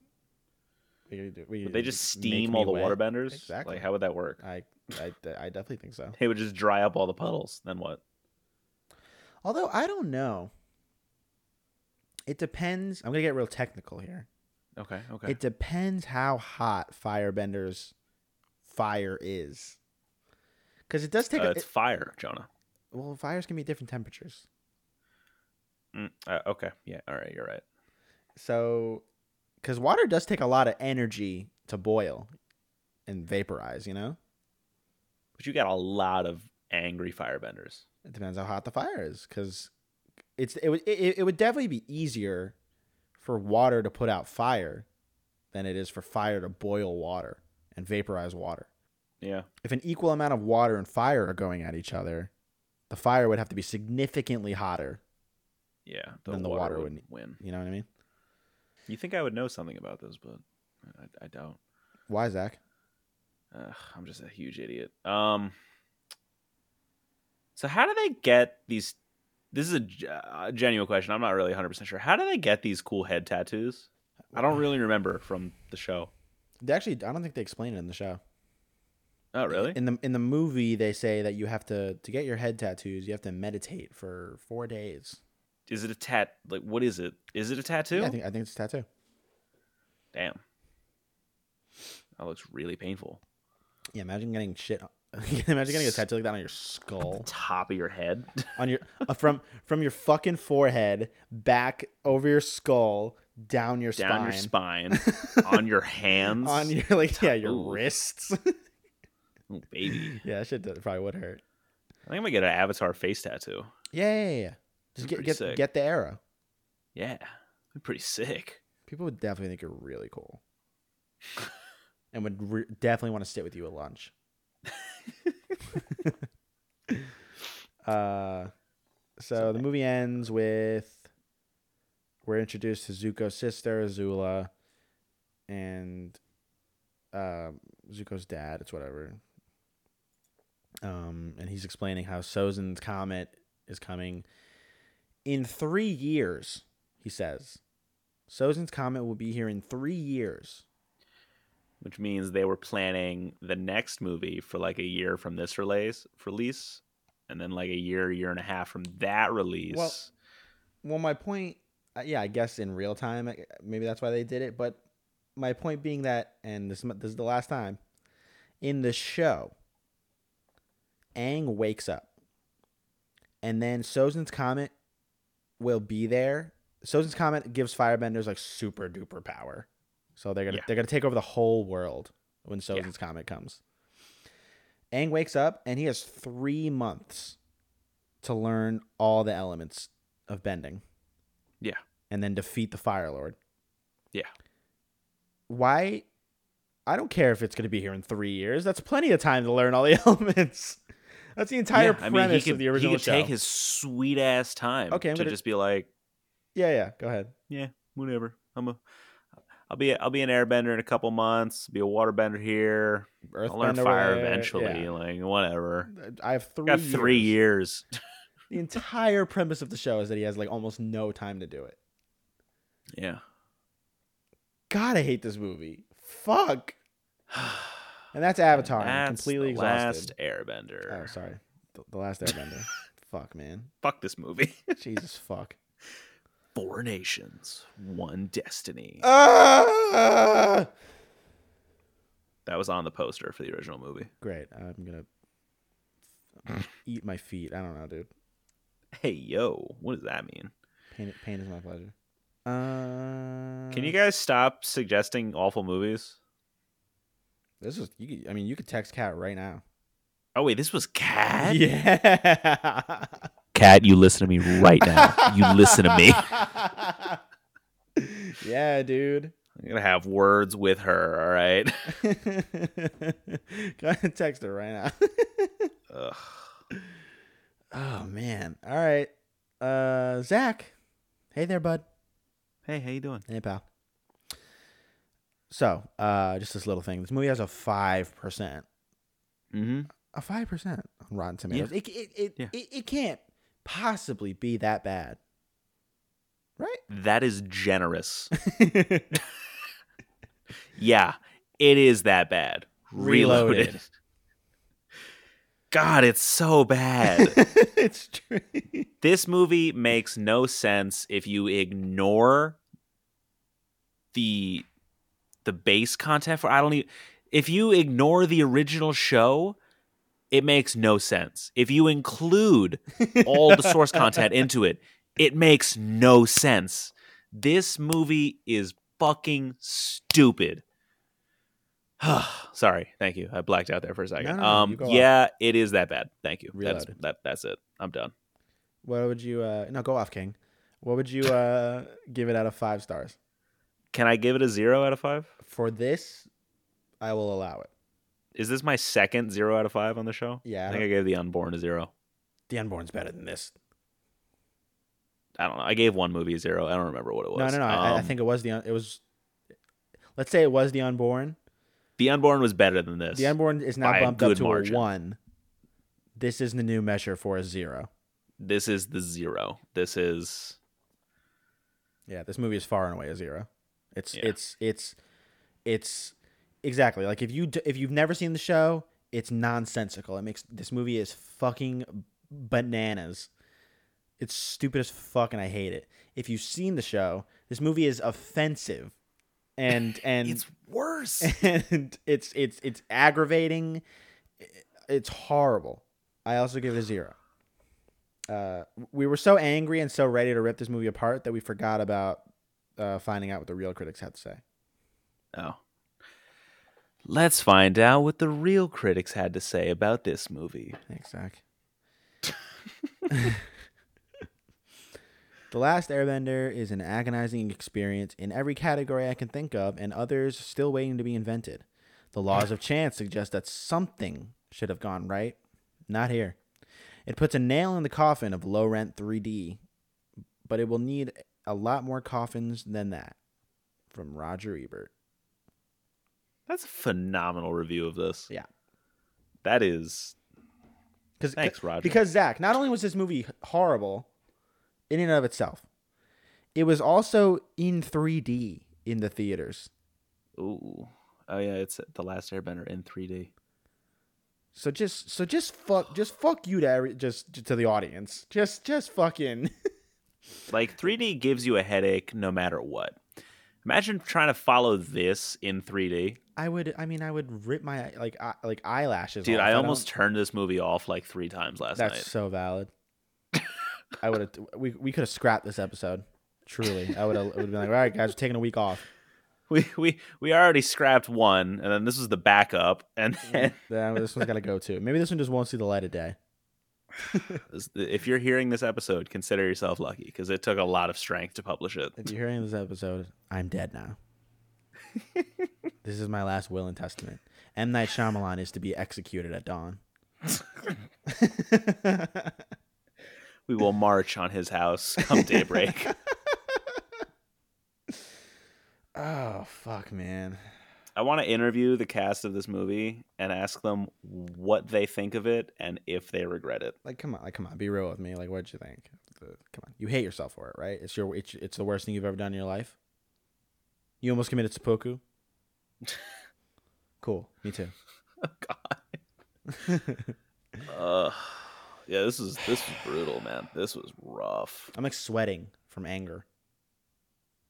Speaker 1: We could do- we
Speaker 2: but
Speaker 1: could
Speaker 2: they just
Speaker 1: make
Speaker 2: steam
Speaker 1: me
Speaker 2: all the
Speaker 1: wet.
Speaker 2: waterbenders.
Speaker 1: Exactly.
Speaker 2: Like, how would that work?
Speaker 1: I I, I definitely think so.
Speaker 2: It would just dry up all the puddles. Then what?
Speaker 1: Although I don't know. It depends. I'm gonna get real technical here.
Speaker 2: Okay. Okay.
Speaker 1: It depends how hot Firebender's fire is, because it does take.
Speaker 2: Uh,
Speaker 1: a,
Speaker 2: it's
Speaker 1: it-
Speaker 2: fire, Jonah.
Speaker 1: well, fires can be at different temperatures.
Speaker 2: Mm, uh, okay. Yeah. All right. You're right.
Speaker 1: So, because water does take a lot of energy to boil and vaporize, you know.
Speaker 2: But you got a lot of angry firebenders.
Speaker 1: It depends how hot the fire is, because it's it would it, it would definitely be easier for water to put out fire than it is for fire to boil water and vaporize water.
Speaker 2: Yeah.
Speaker 1: If an equal amount of water and fire are going at each other, the fire would have to be significantly hotter.
Speaker 2: Yeah. The
Speaker 1: Then the
Speaker 2: water,
Speaker 1: water
Speaker 2: would
Speaker 1: wouldn't-
Speaker 2: win.
Speaker 1: You know what I mean?
Speaker 2: You think I would know something about this, but I, I don't.
Speaker 1: Why, Zach?
Speaker 2: Ugh, I'm just a huge idiot. Um. So how do they get these? This is a ge- uh, genuine question. I'm not really 100 percent sure. How do they get these cool head tattoos? I don't really remember from the show.
Speaker 1: They actually, I don't think they explain it in the show.
Speaker 2: Oh, really?
Speaker 1: In the in the movie, they say that you have to to get your head tattoos. You have to meditate for four days.
Speaker 2: Is it a tat? Like, what is it? Is it a tattoo?
Speaker 1: Yeah, I think I think it's a tattoo.
Speaker 2: Damn. That looks really painful.
Speaker 1: Yeah, imagine getting shit. imagine getting a tattoo like that on your skull,
Speaker 2: Top of your head.
Speaker 1: on your uh, from from your fucking forehead back over your skull down your
Speaker 2: down your
Speaker 1: spine,
Speaker 2: spine, on your hands,
Speaker 1: on your like yeah your
Speaker 2: Ooh.
Speaker 1: wrists.
Speaker 2: Ooh, baby.
Speaker 1: yeah, that shit does- probably would hurt.
Speaker 2: I think I'm gonna get an avatar face tattoo.
Speaker 1: Yeah, yeah, yeah, yeah. Just
Speaker 2: That's
Speaker 1: get
Speaker 2: pretty
Speaker 1: get,
Speaker 2: sick.
Speaker 1: get the arrow.
Speaker 2: Yeah, That'd be pretty sick.
Speaker 1: People would definitely think you're really cool, and would re- definitely want to sit with you at lunch. uh, so the movie ends with we're introduced to Zuko's sister Azula, and um Zuko's dad. It's whatever. Um, and he's explaining how Sozin's comet is coming in three years. He says. Sozin's Comet will be here in three years.
Speaker 2: Which means they were planning the next movie for like a year from this release, release, and then like a year, year and a half from that release.
Speaker 1: Well- Well, my point, uh, yeah, I guess in real time, I- maybe that's why they did it. But my point being that, and this, this is the last time, in the show, Aang wakes up. And then Sozin's Comet will be there. Sozin's Comet gives Firebenders like super duper power. So they're gonna
Speaker 2: Yeah.
Speaker 1: they're gonna take over the whole world when Sozin's Comet comes. Aang wakes up and he has three months to learn all the elements of bending.
Speaker 2: Yeah.
Speaker 1: And then defeat the Fire Lord.
Speaker 2: Yeah.
Speaker 1: Why? I don't care if it's going to be here in three years. That's plenty of time to learn all the elements. That's the entire
Speaker 2: Yeah, I
Speaker 1: premise
Speaker 2: mean, he
Speaker 1: of
Speaker 2: could,
Speaker 1: the original
Speaker 2: he could
Speaker 1: show.
Speaker 2: take his sweet ass time
Speaker 1: Okay, I'm
Speaker 2: to
Speaker 1: gonna-
Speaker 2: just be like,
Speaker 1: yeah, yeah. Go ahead.
Speaker 2: yeah, whatever. I'm a, I'll be, I'll be an airbender in a couple months. Be a waterbender here. I'll learn
Speaker 1: Earthbender
Speaker 2: fire
Speaker 1: Wear,
Speaker 2: eventually.
Speaker 1: yeah.
Speaker 2: Like whatever.
Speaker 1: I have three.
Speaker 2: got three years.
Speaker 1: The entire premise of the show is that he has like almost no time to do it.
Speaker 2: yeah.
Speaker 1: God, I hate this movie. Fuck. And that's Avatar. I'm
Speaker 2: That's
Speaker 1: completely
Speaker 2: the
Speaker 1: exhausted.
Speaker 2: Last Airbender.
Speaker 1: Oh, sorry. The, the last Airbender. fuck, man.
Speaker 2: Fuck this movie.
Speaker 1: Jesus fuck.
Speaker 2: Four nations, one destiny.
Speaker 1: Oh. Ah!
Speaker 2: that was on the poster for the original movie.
Speaker 1: Great. I'm gonna eat my feet. I don't know, dude.
Speaker 2: Hey yo, what does that mean?
Speaker 1: Pain, pain is my pleasure. Uh,
Speaker 2: Can you guys stop suggesting awful movies?
Speaker 1: This is. You could, I mean, you could text Cat right now.
Speaker 2: Oh wait, this was Cat.
Speaker 1: Yeah.
Speaker 2: Cat, you listen to me right now. You listen to me.
Speaker 1: yeah, dude.
Speaker 2: I'm gonna have words with her. All right.
Speaker 1: Go ahead and text her right now.
Speaker 2: Ugh.
Speaker 1: oh man. All right. Uh, Zach. Hey there, bud.
Speaker 2: Hey, how you doing?
Speaker 1: Hey, pal. So, uh, just this little thing. This movie has a five percent,
Speaker 2: Mm-hmm.
Speaker 1: a five percent on Rotten Tomatoes. It it it,
Speaker 2: Yeah.
Speaker 1: it it can't possibly be that bad,
Speaker 2: That is generous.
Speaker 1: right?
Speaker 2: yeah, it is that bad. Reloaded.
Speaker 1: Reloaded.
Speaker 2: God, it's so bad.
Speaker 1: it's true.
Speaker 2: this movie makes no sense if you ignore the the base content for I don't even if you ignore the original show, it makes no sense. If you include all the source content into it, it makes no sense. This movie is fucking stupid. Sorry, thank you. I blacked out there for a
Speaker 1: No,
Speaker 2: second.
Speaker 1: no, no, you
Speaker 2: um,
Speaker 1: go off.
Speaker 2: yeah, it is that bad. Thank you.
Speaker 1: Real
Speaker 2: That's
Speaker 1: loud.
Speaker 2: that. That's it. I'm done.
Speaker 1: What would you? Uh, no, go off, King. What would you uh, give it out of five stars?
Speaker 2: Can I give it a zero out of five?
Speaker 1: For this, I will allow it.
Speaker 2: Is this my second zero out of five on the show?
Speaker 1: Yeah, I
Speaker 2: I think I gave the unborn a zero.
Speaker 1: The Unborn's better than this.
Speaker 2: I don't know. I gave one movie a zero. I don't remember what it was.
Speaker 1: No, no, no. I- I, I
Speaker 2: Um,
Speaker 1: think it was the un- it was. Let's say it was the Unborn.
Speaker 2: the unborn was better than this.
Speaker 1: The Unborn is now
Speaker 2: by a
Speaker 1: bumped up
Speaker 2: good
Speaker 1: to
Speaker 2: margin.
Speaker 1: a one. This is the new measure for a zero.
Speaker 2: this is the zero. This is
Speaker 1: Yeah, this movie is far and away a zero. It's
Speaker 2: Yeah.
Speaker 1: it's it's it's exactly like if you d- if you've never seen the show, it's nonsensical. It makes this movie is fucking bananas. It's stupid as fuck, and I hate it. If you've seen the show, this movie is offensive, and and
Speaker 2: it's worse.
Speaker 1: and it's it's it's aggravating. It's horrible. I also give it a zero. Uh, we were so angry and so ready to rip this movie apart that we forgot about uh, finding out what the real critics had to say.
Speaker 2: oh. Let's find out what the real critics had to say about this movie.
Speaker 1: Thanks, Zach. the Last Airbender is an agonizing experience in every category I can think of, and others still waiting to be invented. The laws of chance suggest that something should have gone right. Not here. It puts a nail in the coffin of low rent 3D, but it will need a lot more coffins than that. From Roger Ebert.
Speaker 2: That's a phenomenal review of this.
Speaker 1: Yeah.
Speaker 2: That is
Speaker 1: Because
Speaker 2: Thanks, Roger.
Speaker 1: Because Zach, not only was this movie horrible in and of itself, it was also in 3D in the theaters.
Speaker 2: ooh. Oh yeah, it's the last airbender in 3D.
Speaker 1: So just so just fuck just fuck you to every, just to the audience. Just just fucking
Speaker 2: Like 3D gives you a headache no matter what. Imagine trying to follow this in 3D.
Speaker 1: I would I mean I would rip my like I, like eyelashes
Speaker 2: Dude,
Speaker 1: off.
Speaker 2: I
Speaker 1: don't-
Speaker 2: almost turned this movie off like 3 times last
Speaker 1: That's
Speaker 2: night.
Speaker 1: so valid. I would have we we could have scrapped this episode. Truly. I would have would have been like, "All right guys, we're taking a week off."
Speaker 2: We we we already scrapped one and then this was the backup and then
Speaker 1: Then this one's got to go too. Maybe this one just won't see the light of day.
Speaker 2: if you're hearing this episode, consider yourself lucky because it took a lot of strength to publish it.
Speaker 1: If you're hearing this episode, I'm dead now. this is my last will and testament. M. Night Shyamalan is to be executed at dawn.
Speaker 2: We will march on his house come daybreak.
Speaker 1: oh, fuck, man.
Speaker 2: I want to interview the cast of this movie and ask them what they think of it and if they regret it.
Speaker 1: Like, come on. Like, come on. Be real with me. Like, what'd you think? The- Come on. You hate yourself for it, right? It's your. It's, it's the worst thing you've ever done in your life. You almost committed seppuku. cool. Me too.
Speaker 2: Oh, Uh, yeah, this is this was brutal, man. This was rough.
Speaker 1: I'm like sweating from anger.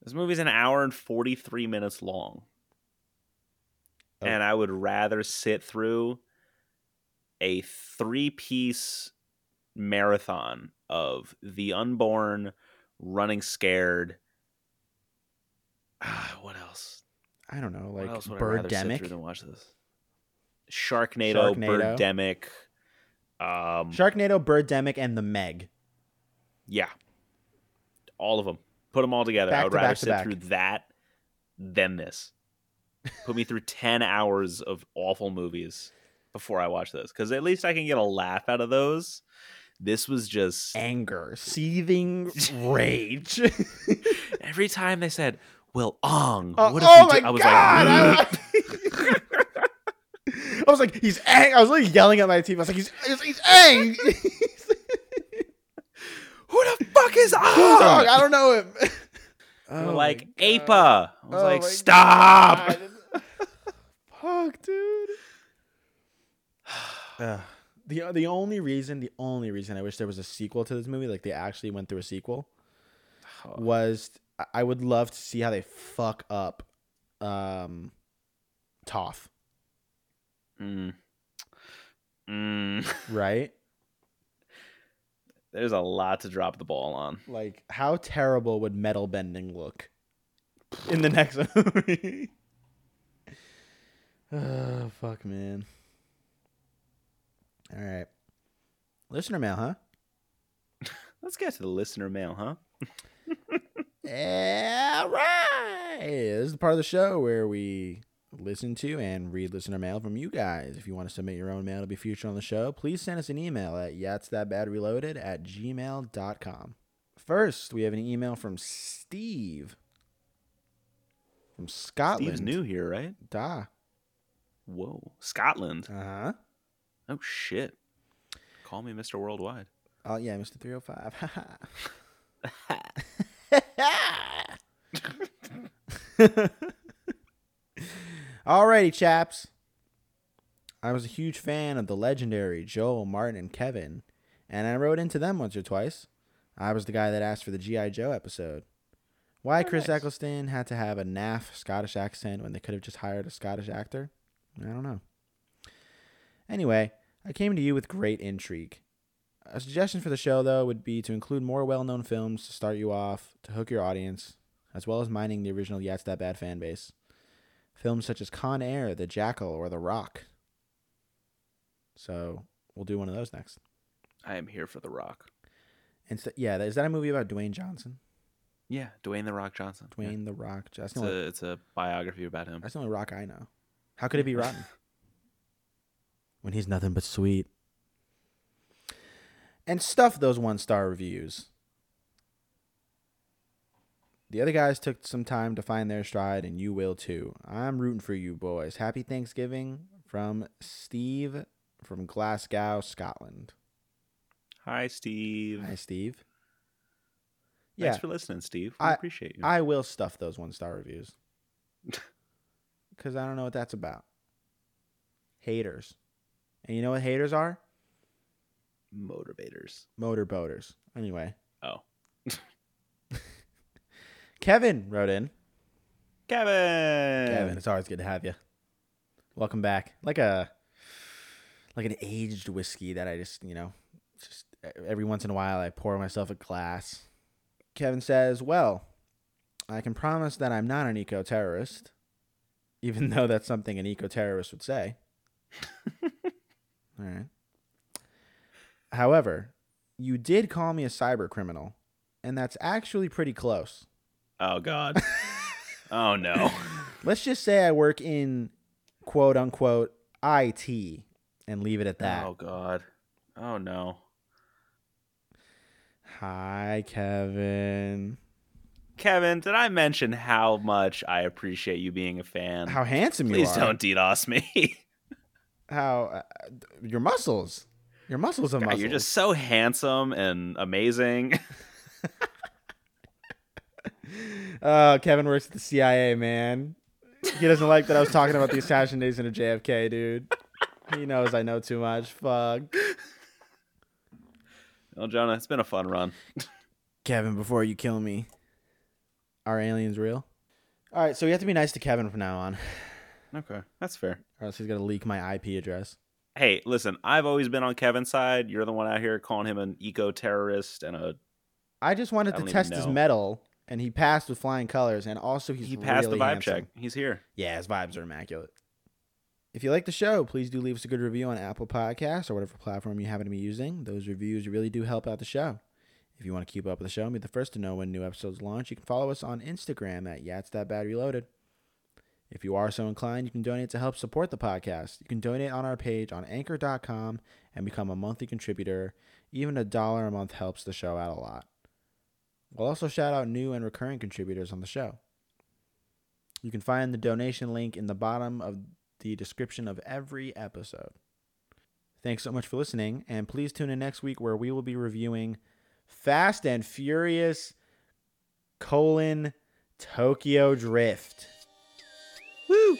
Speaker 2: This movie's an hour and 43 minutes long.
Speaker 1: Oh.
Speaker 2: And I would rather sit through a three piece marathon of The Unborn, Running Scared. Ah, what else?
Speaker 1: I don't know. Like
Speaker 2: what else would I rather sit through
Speaker 1: birdemic.
Speaker 2: than watch this? Sharknado,
Speaker 1: Sharknado.
Speaker 2: Birdemic. Um,
Speaker 1: Sharknado, Birdemic, and the Meg.
Speaker 2: Yeah. All of them. Put them all together.
Speaker 1: Back
Speaker 2: I would
Speaker 1: to
Speaker 2: rather
Speaker 1: back to
Speaker 2: sit
Speaker 1: back.
Speaker 2: through that than this. Put me through 10 hours of awful movies before I watch those because at least I can get a laugh out of those. This was just
Speaker 1: Eh. anger, seething rage.
Speaker 2: every time they said, Well, Ong, what if
Speaker 1: oh
Speaker 2: we
Speaker 1: my
Speaker 2: do? I was
Speaker 1: god!
Speaker 2: like,
Speaker 1: I, was- I was like, he's ang. I was literally yelling at my TV. I was like, he's he's, he's ang.
Speaker 2: Who the fuck is Ong?
Speaker 1: Who's Ong? I don't know him.
Speaker 2: They
Speaker 1: Oh
Speaker 2: were
Speaker 1: my
Speaker 2: like,
Speaker 1: God.
Speaker 2: Apa. I was
Speaker 1: Oh
Speaker 2: like,
Speaker 1: my
Speaker 2: Stop.
Speaker 1: God. Fuck, dude. Ugh. the the only reason the only reason I wish there was a sequel to this movie, like they actually went through a sequel,
Speaker 2: Oh,
Speaker 1: was I- I would love to see how they fuck up, um, Toph,
Speaker 2: mm. Mm.
Speaker 1: right?
Speaker 2: There's a lot to drop the ball on.
Speaker 1: Like how terrible would metal bending look in the next movie? oh fuck, man. All right, listener mail, huh?
Speaker 2: Let's get to the listener mail, huh?
Speaker 1: Yeah, right. This is the part of the show where we listen to and read listener mail from you guys. If you want to submit your own mail to be featured on the show, please send us an email at yatsthatbadreloaded at gmail.com. First, we have an email from Steve from Scotland.
Speaker 2: Steve's new here, right?
Speaker 1: Da.
Speaker 2: Whoa, Scotland.
Speaker 1: Uh-huh.
Speaker 2: Oh shit. Call me Mr. Worldwide.
Speaker 1: Oh, yeah, Mr. 305. Alrighty, chaps. I was a huge fan of the legendary Joel, Martin, and Kevin, and I wrote into them once or twice. I was the guy that asked for the G.I. Joe episode. Why
Speaker 2: Oh,
Speaker 1: Chris
Speaker 2: nice.
Speaker 1: Eccleston had to have a naff Scottish accent when they could have just hired a Scottish actor? I don't know. Anyway, I came to you with great intrigue. A suggestion for the show, though, would be to include more well known films to start you off, to hook your audience, as well as mining the original Yat's That Bad fan base. Films such as Con Air, The Jackal, or The Rock. So we'll do one of those next.
Speaker 2: I am here for The Rock.
Speaker 1: Instead, yeah, is that a movie about Dwayne Johnson?
Speaker 2: Yeah, Dwayne The Rock Johnson. Yeah.
Speaker 1: Dwayne The Rock. That's
Speaker 2: It's
Speaker 1: the, only,
Speaker 2: a, it's a biography about him.
Speaker 1: that's the only rock I know. How could it be rotten? when he's nothing but sweet. And stuff those one star reviews. The other guys took some time to find their stride, and you will too. I'm rooting for you, boys. Happy Thanksgiving from Steve from Glasgow, Scotland.
Speaker 2: Hi, Steve.
Speaker 1: Hi, Steve.
Speaker 2: Thanks for listening, Steve. We
Speaker 1: I-
Speaker 2: appreciate you.
Speaker 1: I will stuff those one star reviews. Because I don't know what that's about. Haters. And you know what haters are?
Speaker 2: Motivators.
Speaker 1: Motor boaters. Anyway,
Speaker 2: Oh,
Speaker 1: Kevin wrote in.
Speaker 2: Kevin.
Speaker 1: Kevin, it's always good to have you. Welcome back. Like a like an aged whiskey that I just, you know, just every once in a while I pour myself a glass. Kevin says, "Well, I can promise that I'm not an eco-terrorist, even though that's something an eco-terrorist would say." All right. However, you did call me a cyber criminal, and that's actually pretty close.
Speaker 2: Oh God. oh no.
Speaker 1: Let's just say I work in quote unquote IT and leave it at that.
Speaker 2: Oh God. Oh no.
Speaker 1: Hi, Kevin.
Speaker 2: Kevin, did I mention how much I appreciate you being a fan?
Speaker 1: How handsome
Speaker 2: Please
Speaker 1: you are.
Speaker 2: don't DDoS me.
Speaker 1: How uh, your muscles. Your muscles are
Speaker 2: God,
Speaker 1: muscles.
Speaker 2: you're just so handsome and amazing.
Speaker 1: Oh, Kevin works at the CIA, man. He doesn't like that I was talking about the assassination of JFK, dude. He knows I know too much. Fuck.
Speaker 2: well, Jonah, it's been a fun run.
Speaker 1: Kevin, before you kill me, are aliens real? All right, so we have to be nice to Kevin from now on,
Speaker 2: Okay, that's fair.
Speaker 1: or else he's gonna leak my IP address.
Speaker 2: Hey, listen, I've always been on Kevin's side. You're the one out here calling him an eco terrorist and a
Speaker 1: I just wanted to
Speaker 2: I don't even
Speaker 1: test his
Speaker 2: know.
Speaker 1: metal, and he passed with flying colors. And also, he's
Speaker 2: he passed
Speaker 1: really
Speaker 2: the vibe
Speaker 1: handsome.
Speaker 2: check. He's here.
Speaker 1: Yeah, his vibes are immaculate. If you like the show, please do leave us a good review on Apple Podcasts or whatever platform you happen to be using. Those reviews really do help out the show. If you want to keep up with the show and be the first to know when new episodes launch, you can follow us on Instagram at Yats That Bad Reloaded. If you are so inclined, you can donate to help support the podcast. You can donate on our page on anchor.com and become a monthly contributor. Even a dollar a month helps the show out a lot. We'll also shout out new and recurring contributors on the show. You can find the donation link in the bottom of the description of every episode. Thanks so much for listening, and please tune in next week where we will be reviewing Fast and Furious colon Tokyo Drift.
Speaker 2: Woo!
Speaker 1: Oh,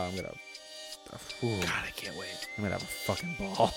Speaker 1: I'm gonna, Ooh,
Speaker 2: God, I can't wait.
Speaker 1: I'm gonna have a fucking ball.